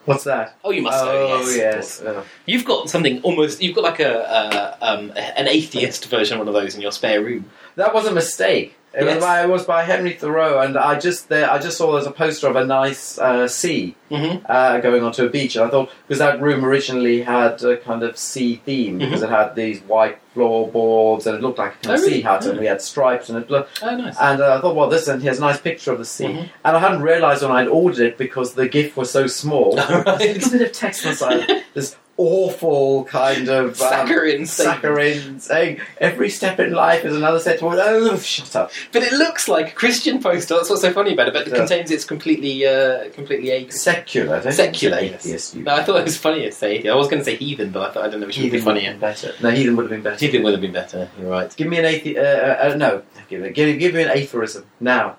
Speaker 1: What's that?
Speaker 2: Oh, you must know.
Speaker 1: oh
Speaker 2: yes. of course.
Speaker 1: oh.
Speaker 2: You've got something almost. You've got like a uh, um, an atheist version of one of those in your spare room.
Speaker 1: that was a mistake. It,
Speaker 2: Yes.
Speaker 1: was by, it was by Henry Thoreau, and I just there, I just saw there's a poster of a nice uh, sea
Speaker 2: Mm-hmm.
Speaker 1: uh, going onto a beach, and I thought because that room originally had a kind of sea theme because it had these white floorboards and it looked like a kind
Speaker 2: Mm-hmm. Oh,
Speaker 1: of
Speaker 2: really?
Speaker 1: sea hut, and
Speaker 2: Mm.
Speaker 1: we had stripes and it blo-
Speaker 2: Oh, nice.
Speaker 1: And uh, I thought, well, this and here's a nice picture of the sea.
Speaker 2: Mhm.
Speaker 1: And I hadn't realised when I'd ordered it because the GIF was so small.
Speaker 2: All Oh, right.
Speaker 1: There's a bit of text on the side. this awful kind of um,
Speaker 2: Saccharine.
Speaker 1: saccharine saying every step in life is another step toward. Oh, shut up!
Speaker 2: But it looks like a Christian poster. That's what's so funny about it. But it
Speaker 1: Yeah.
Speaker 2: contains it's completely uh, completely atheist.
Speaker 1: Secular, don't you
Speaker 2: Secular,
Speaker 1: think
Speaker 2: yes.
Speaker 1: atheist, you-
Speaker 2: No, I thought it was funnier to say. I was going to say heathen, but I thought I don't know which would be
Speaker 1: Heathen would have
Speaker 2: funnier.
Speaker 1: been better. No, heathen would have been better.
Speaker 2: Heathen would have been better. You're right.
Speaker 1: Give me an athe- uh, uh, uh, no, give, me- give, give me an aphorism now.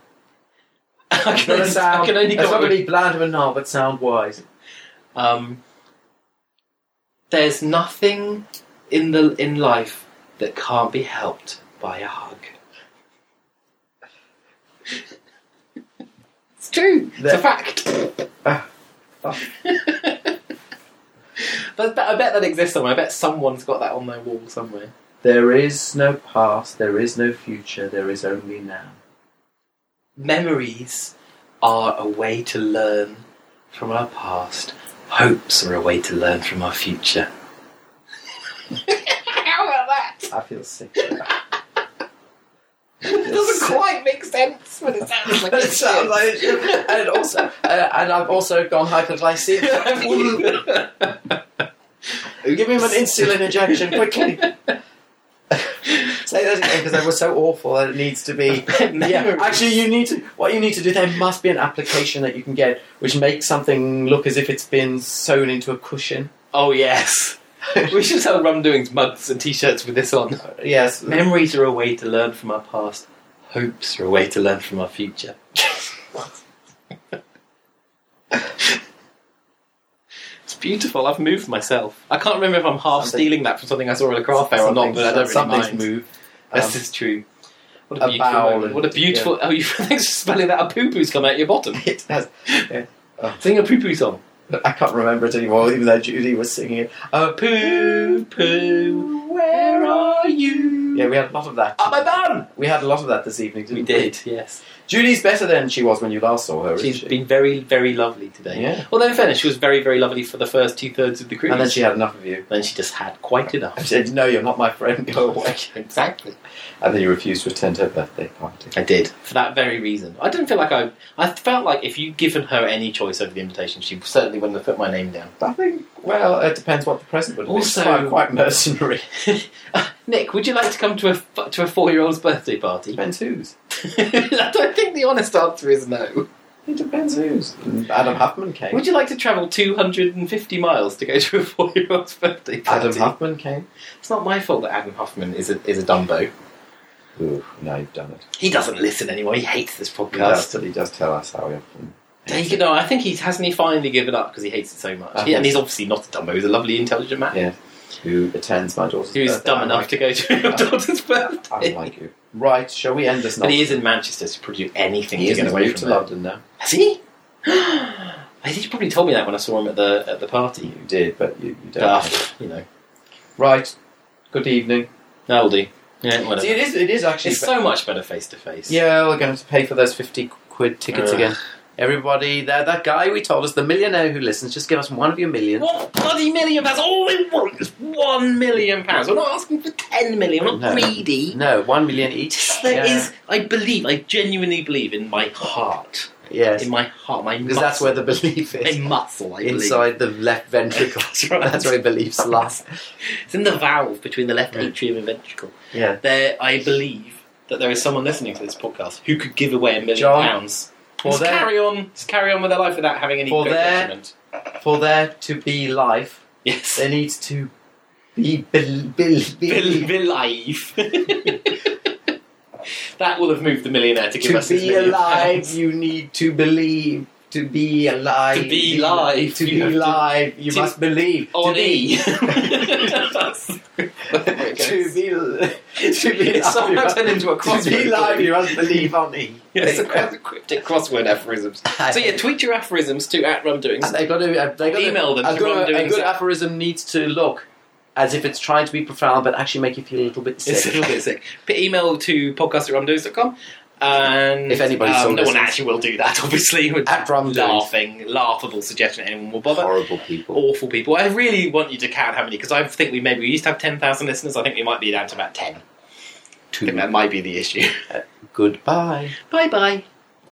Speaker 2: I
Speaker 1: It's
Speaker 2: can only,
Speaker 1: not a
Speaker 2: I
Speaker 1: sound.
Speaker 2: can only
Speaker 1: it's
Speaker 2: come
Speaker 1: not
Speaker 2: up with
Speaker 1: really bland and banal, but sound wise.
Speaker 2: Um, there's nothing in the in life that can't be helped by a hug. it's true. It's a
Speaker 1: There-
Speaker 2: fact.
Speaker 1: Ah. Ah.
Speaker 2: but that- I bet that exists somewhere. I bet someone's got that on their wall somewhere.
Speaker 1: There is no past. There is no future. There is only now.
Speaker 2: Memories are a way to learn from our past. Hopes are a way to learn from our future. How about that?
Speaker 1: I feel sick.
Speaker 2: It doesn't quite make sense, but it sounds like
Speaker 1: It sounds like it should. and also, uh, and I've also gone hyperglycemic. Give him an insulin injection quickly. Say that again because that was so awful that it needs to be. Yeah, actually, you need to. What you need to do there must be an application that you can get which makes something look as if it's been sewn into a cushion.
Speaker 2: Oh yes. We should sell Rum Doings mugs and t-shirts with this on.
Speaker 1: yes,
Speaker 2: Memories are a way to learn from our past. Hopes are a way to learn from our future. it's beautiful. I've moved myself. I can't remember if I'm half
Speaker 1: Something-
Speaker 2: stealing that from something I saw at a craft fair or not, but I don't really
Speaker 1: something's
Speaker 2: mind.
Speaker 1: moved.
Speaker 2: This
Speaker 1: Um,
Speaker 2: is true. What
Speaker 1: a
Speaker 2: a beautiful.
Speaker 1: bowel
Speaker 2: moment.
Speaker 1: and-
Speaker 2: what a beautiful. Oh, you thanks for spelling that. A poo poo's come out your bottom. Oh.
Speaker 1: it has.
Speaker 2: Sing a poo poo song.
Speaker 1: I can't remember it anymore, even though Judy was singing it. Oh,
Speaker 2: Poo poo, where are you?
Speaker 1: yeah, we had a lot of that.
Speaker 2: Up my bum!
Speaker 1: We had a lot of that this evening, didn't Oh, we?
Speaker 2: We did, yes.
Speaker 1: Julie's better than she was when you last saw her,
Speaker 2: She's
Speaker 1: isn't she?
Speaker 2: been very, very lovely today.
Speaker 1: Yeah.
Speaker 2: Although in fairness, she was very, very lovely for the first two thirds of the cruise.
Speaker 1: And then she had enough of you.
Speaker 2: Then she just had quite
Speaker 1: And
Speaker 2: enough.
Speaker 1: she said, No, you're not my friend, go away.
Speaker 2: exactly.
Speaker 1: And then you refused to attend her birthday party.
Speaker 2: I did. For that very reason. I didn't feel like I... I felt like if you'd given her any choice over the invitation, she certainly wouldn't have put my name down.
Speaker 1: I think, well, it depends what the present would be.
Speaker 2: Also-
Speaker 1: quite, quite mercenary.
Speaker 2: Uh, Nick, would you like to come to a, f- to a four-year-old's birthday party?
Speaker 1: Depends whose.
Speaker 2: I don't think the honest answer is no.
Speaker 1: It depends whose. Adam Huffman came.
Speaker 2: Would you like to travel 250 miles to go to a four-year-old's birthday party?
Speaker 1: Adam Huffman came.
Speaker 2: It's not my fault that Adam Hoffman is a, is a dumbo.
Speaker 1: Ooh, now you've done it.
Speaker 2: He doesn't listen anymore. He hates this
Speaker 1: He does,
Speaker 2: podcast.
Speaker 1: he does tell us how he often
Speaker 2: He, could- no, I think he hasn't he finally given up because he hates it so much.
Speaker 1: I
Speaker 2: He- and
Speaker 1: think-
Speaker 2: he's obviously not a dumbo. He's a lovely, intelligent man
Speaker 1: Yeah. Who attends my daughter's
Speaker 2: who's
Speaker 1: birthday.
Speaker 2: dumb
Speaker 1: I
Speaker 2: enough
Speaker 1: like
Speaker 2: to go to your
Speaker 1: I-
Speaker 2: daughter's
Speaker 1: you. I
Speaker 2: birthday.
Speaker 1: like you. Right, shall we end this
Speaker 2: And he
Speaker 1: nonsense?
Speaker 2: is in Manchester, so he probably do anything
Speaker 1: He
Speaker 2: to
Speaker 1: is
Speaker 2: get away from
Speaker 1: moved to
Speaker 2: that.
Speaker 1: London now.
Speaker 2: Has he? he probably told me that when I saw him at the at the party.
Speaker 1: You did, but you, you don't.
Speaker 2: But, uh, you know,
Speaker 1: Right. Good evening.
Speaker 2: that'll do. Yeah, whatever.
Speaker 1: See, it is. It is actually.
Speaker 2: It's so much better face to face.
Speaker 1: Yeah, we're going to pay for those 50 quid tickets
Speaker 2: Ugh.
Speaker 1: again. Everybody, that, that guy we told us, the millionaire who listens, just give us one of your million.
Speaker 2: What bloody million pounds? All we want is one million pounds. We're not asking for ten million. We're not
Speaker 1: No.
Speaker 2: greedy.
Speaker 1: No, one million each.
Speaker 2: Just There is,
Speaker 1: Yeah.
Speaker 2: I believe, I genuinely believe in my heart,
Speaker 1: Yes.
Speaker 2: in my heart, my
Speaker 1: Because that's
Speaker 2: muscle.
Speaker 1: where the belief is.
Speaker 2: my muscle. I believe.
Speaker 1: Inside the left ventricle.
Speaker 2: That's right.
Speaker 1: That's where beliefs last.
Speaker 2: It's in the valve between the left
Speaker 1: Right.
Speaker 2: atrium and ventricle.
Speaker 1: Yeah.
Speaker 2: There, I believe that there is someone listening to this podcast who could give away a million
Speaker 1: John,
Speaker 2: pounds.
Speaker 1: for
Speaker 2: Just
Speaker 1: their-
Speaker 2: carry on, just carry on with their life without having any
Speaker 1: For
Speaker 2: great
Speaker 1: their-
Speaker 2: detriment.
Speaker 1: For there to be life,
Speaker 2: Yes,
Speaker 1: there needs to be bel- bel-
Speaker 2: Bill,
Speaker 1: bel-
Speaker 2: Bill Ive. that will have moved the millionaire to give
Speaker 1: to
Speaker 2: us his
Speaker 1: be
Speaker 2: million
Speaker 1: alive,
Speaker 2: pounds.
Speaker 1: you need to believe. To be alive,
Speaker 2: To be live,
Speaker 1: to
Speaker 2: you
Speaker 1: be
Speaker 2: have to-
Speaker 1: live, you
Speaker 2: to-
Speaker 1: must believe.
Speaker 2: On
Speaker 1: to be
Speaker 2: E. That's-
Speaker 1: to be to be
Speaker 2: It's somehow
Speaker 1: live,
Speaker 2: turned into a
Speaker 1: to
Speaker 2: crossword.
Speaker 1: be live, you must believe on me.
Speaker 2: Yes, a cry- cryptic crossword aphorisms. So yeah, tweet your aphorisms to at Rum Doings.
Speaker 1: And they got to they got to-
Speaker 2: Email them
Speaker 1: A
Speaker 2: to
Speaker 1: good, a
Speaker 2: rumdoings
Speaker 1: good
Speaker 2: at-
Speaker 1: aphorism needs to look as if it's trying to be profound, but actually make you feel a little bit
Speaker 2: It's a
Speaker 1: sick.
Speaker 2: little bit sick. Put email to podcast at rumdoings.com. And
Speaker 1: If anybody still
Speaker 2: um, no one
Speaker 1: listens.
Speaker 2: actually will do that, obviously. We're
Speaker 1: At Rum Doings.
Speaker 2: laughing, laughable suggestion anyone will bother.
Speaker 1: Horrible people.
Speaker 2: awful people. I really want you to count how many because I think we maybe we used to have ten thousand listeners. I think we might be down to about ten. I think
Speaker 1: Two.
Speaker 2: that might be the issue.
Speaker 1: Goodbye.
Speaker 2: bye bye.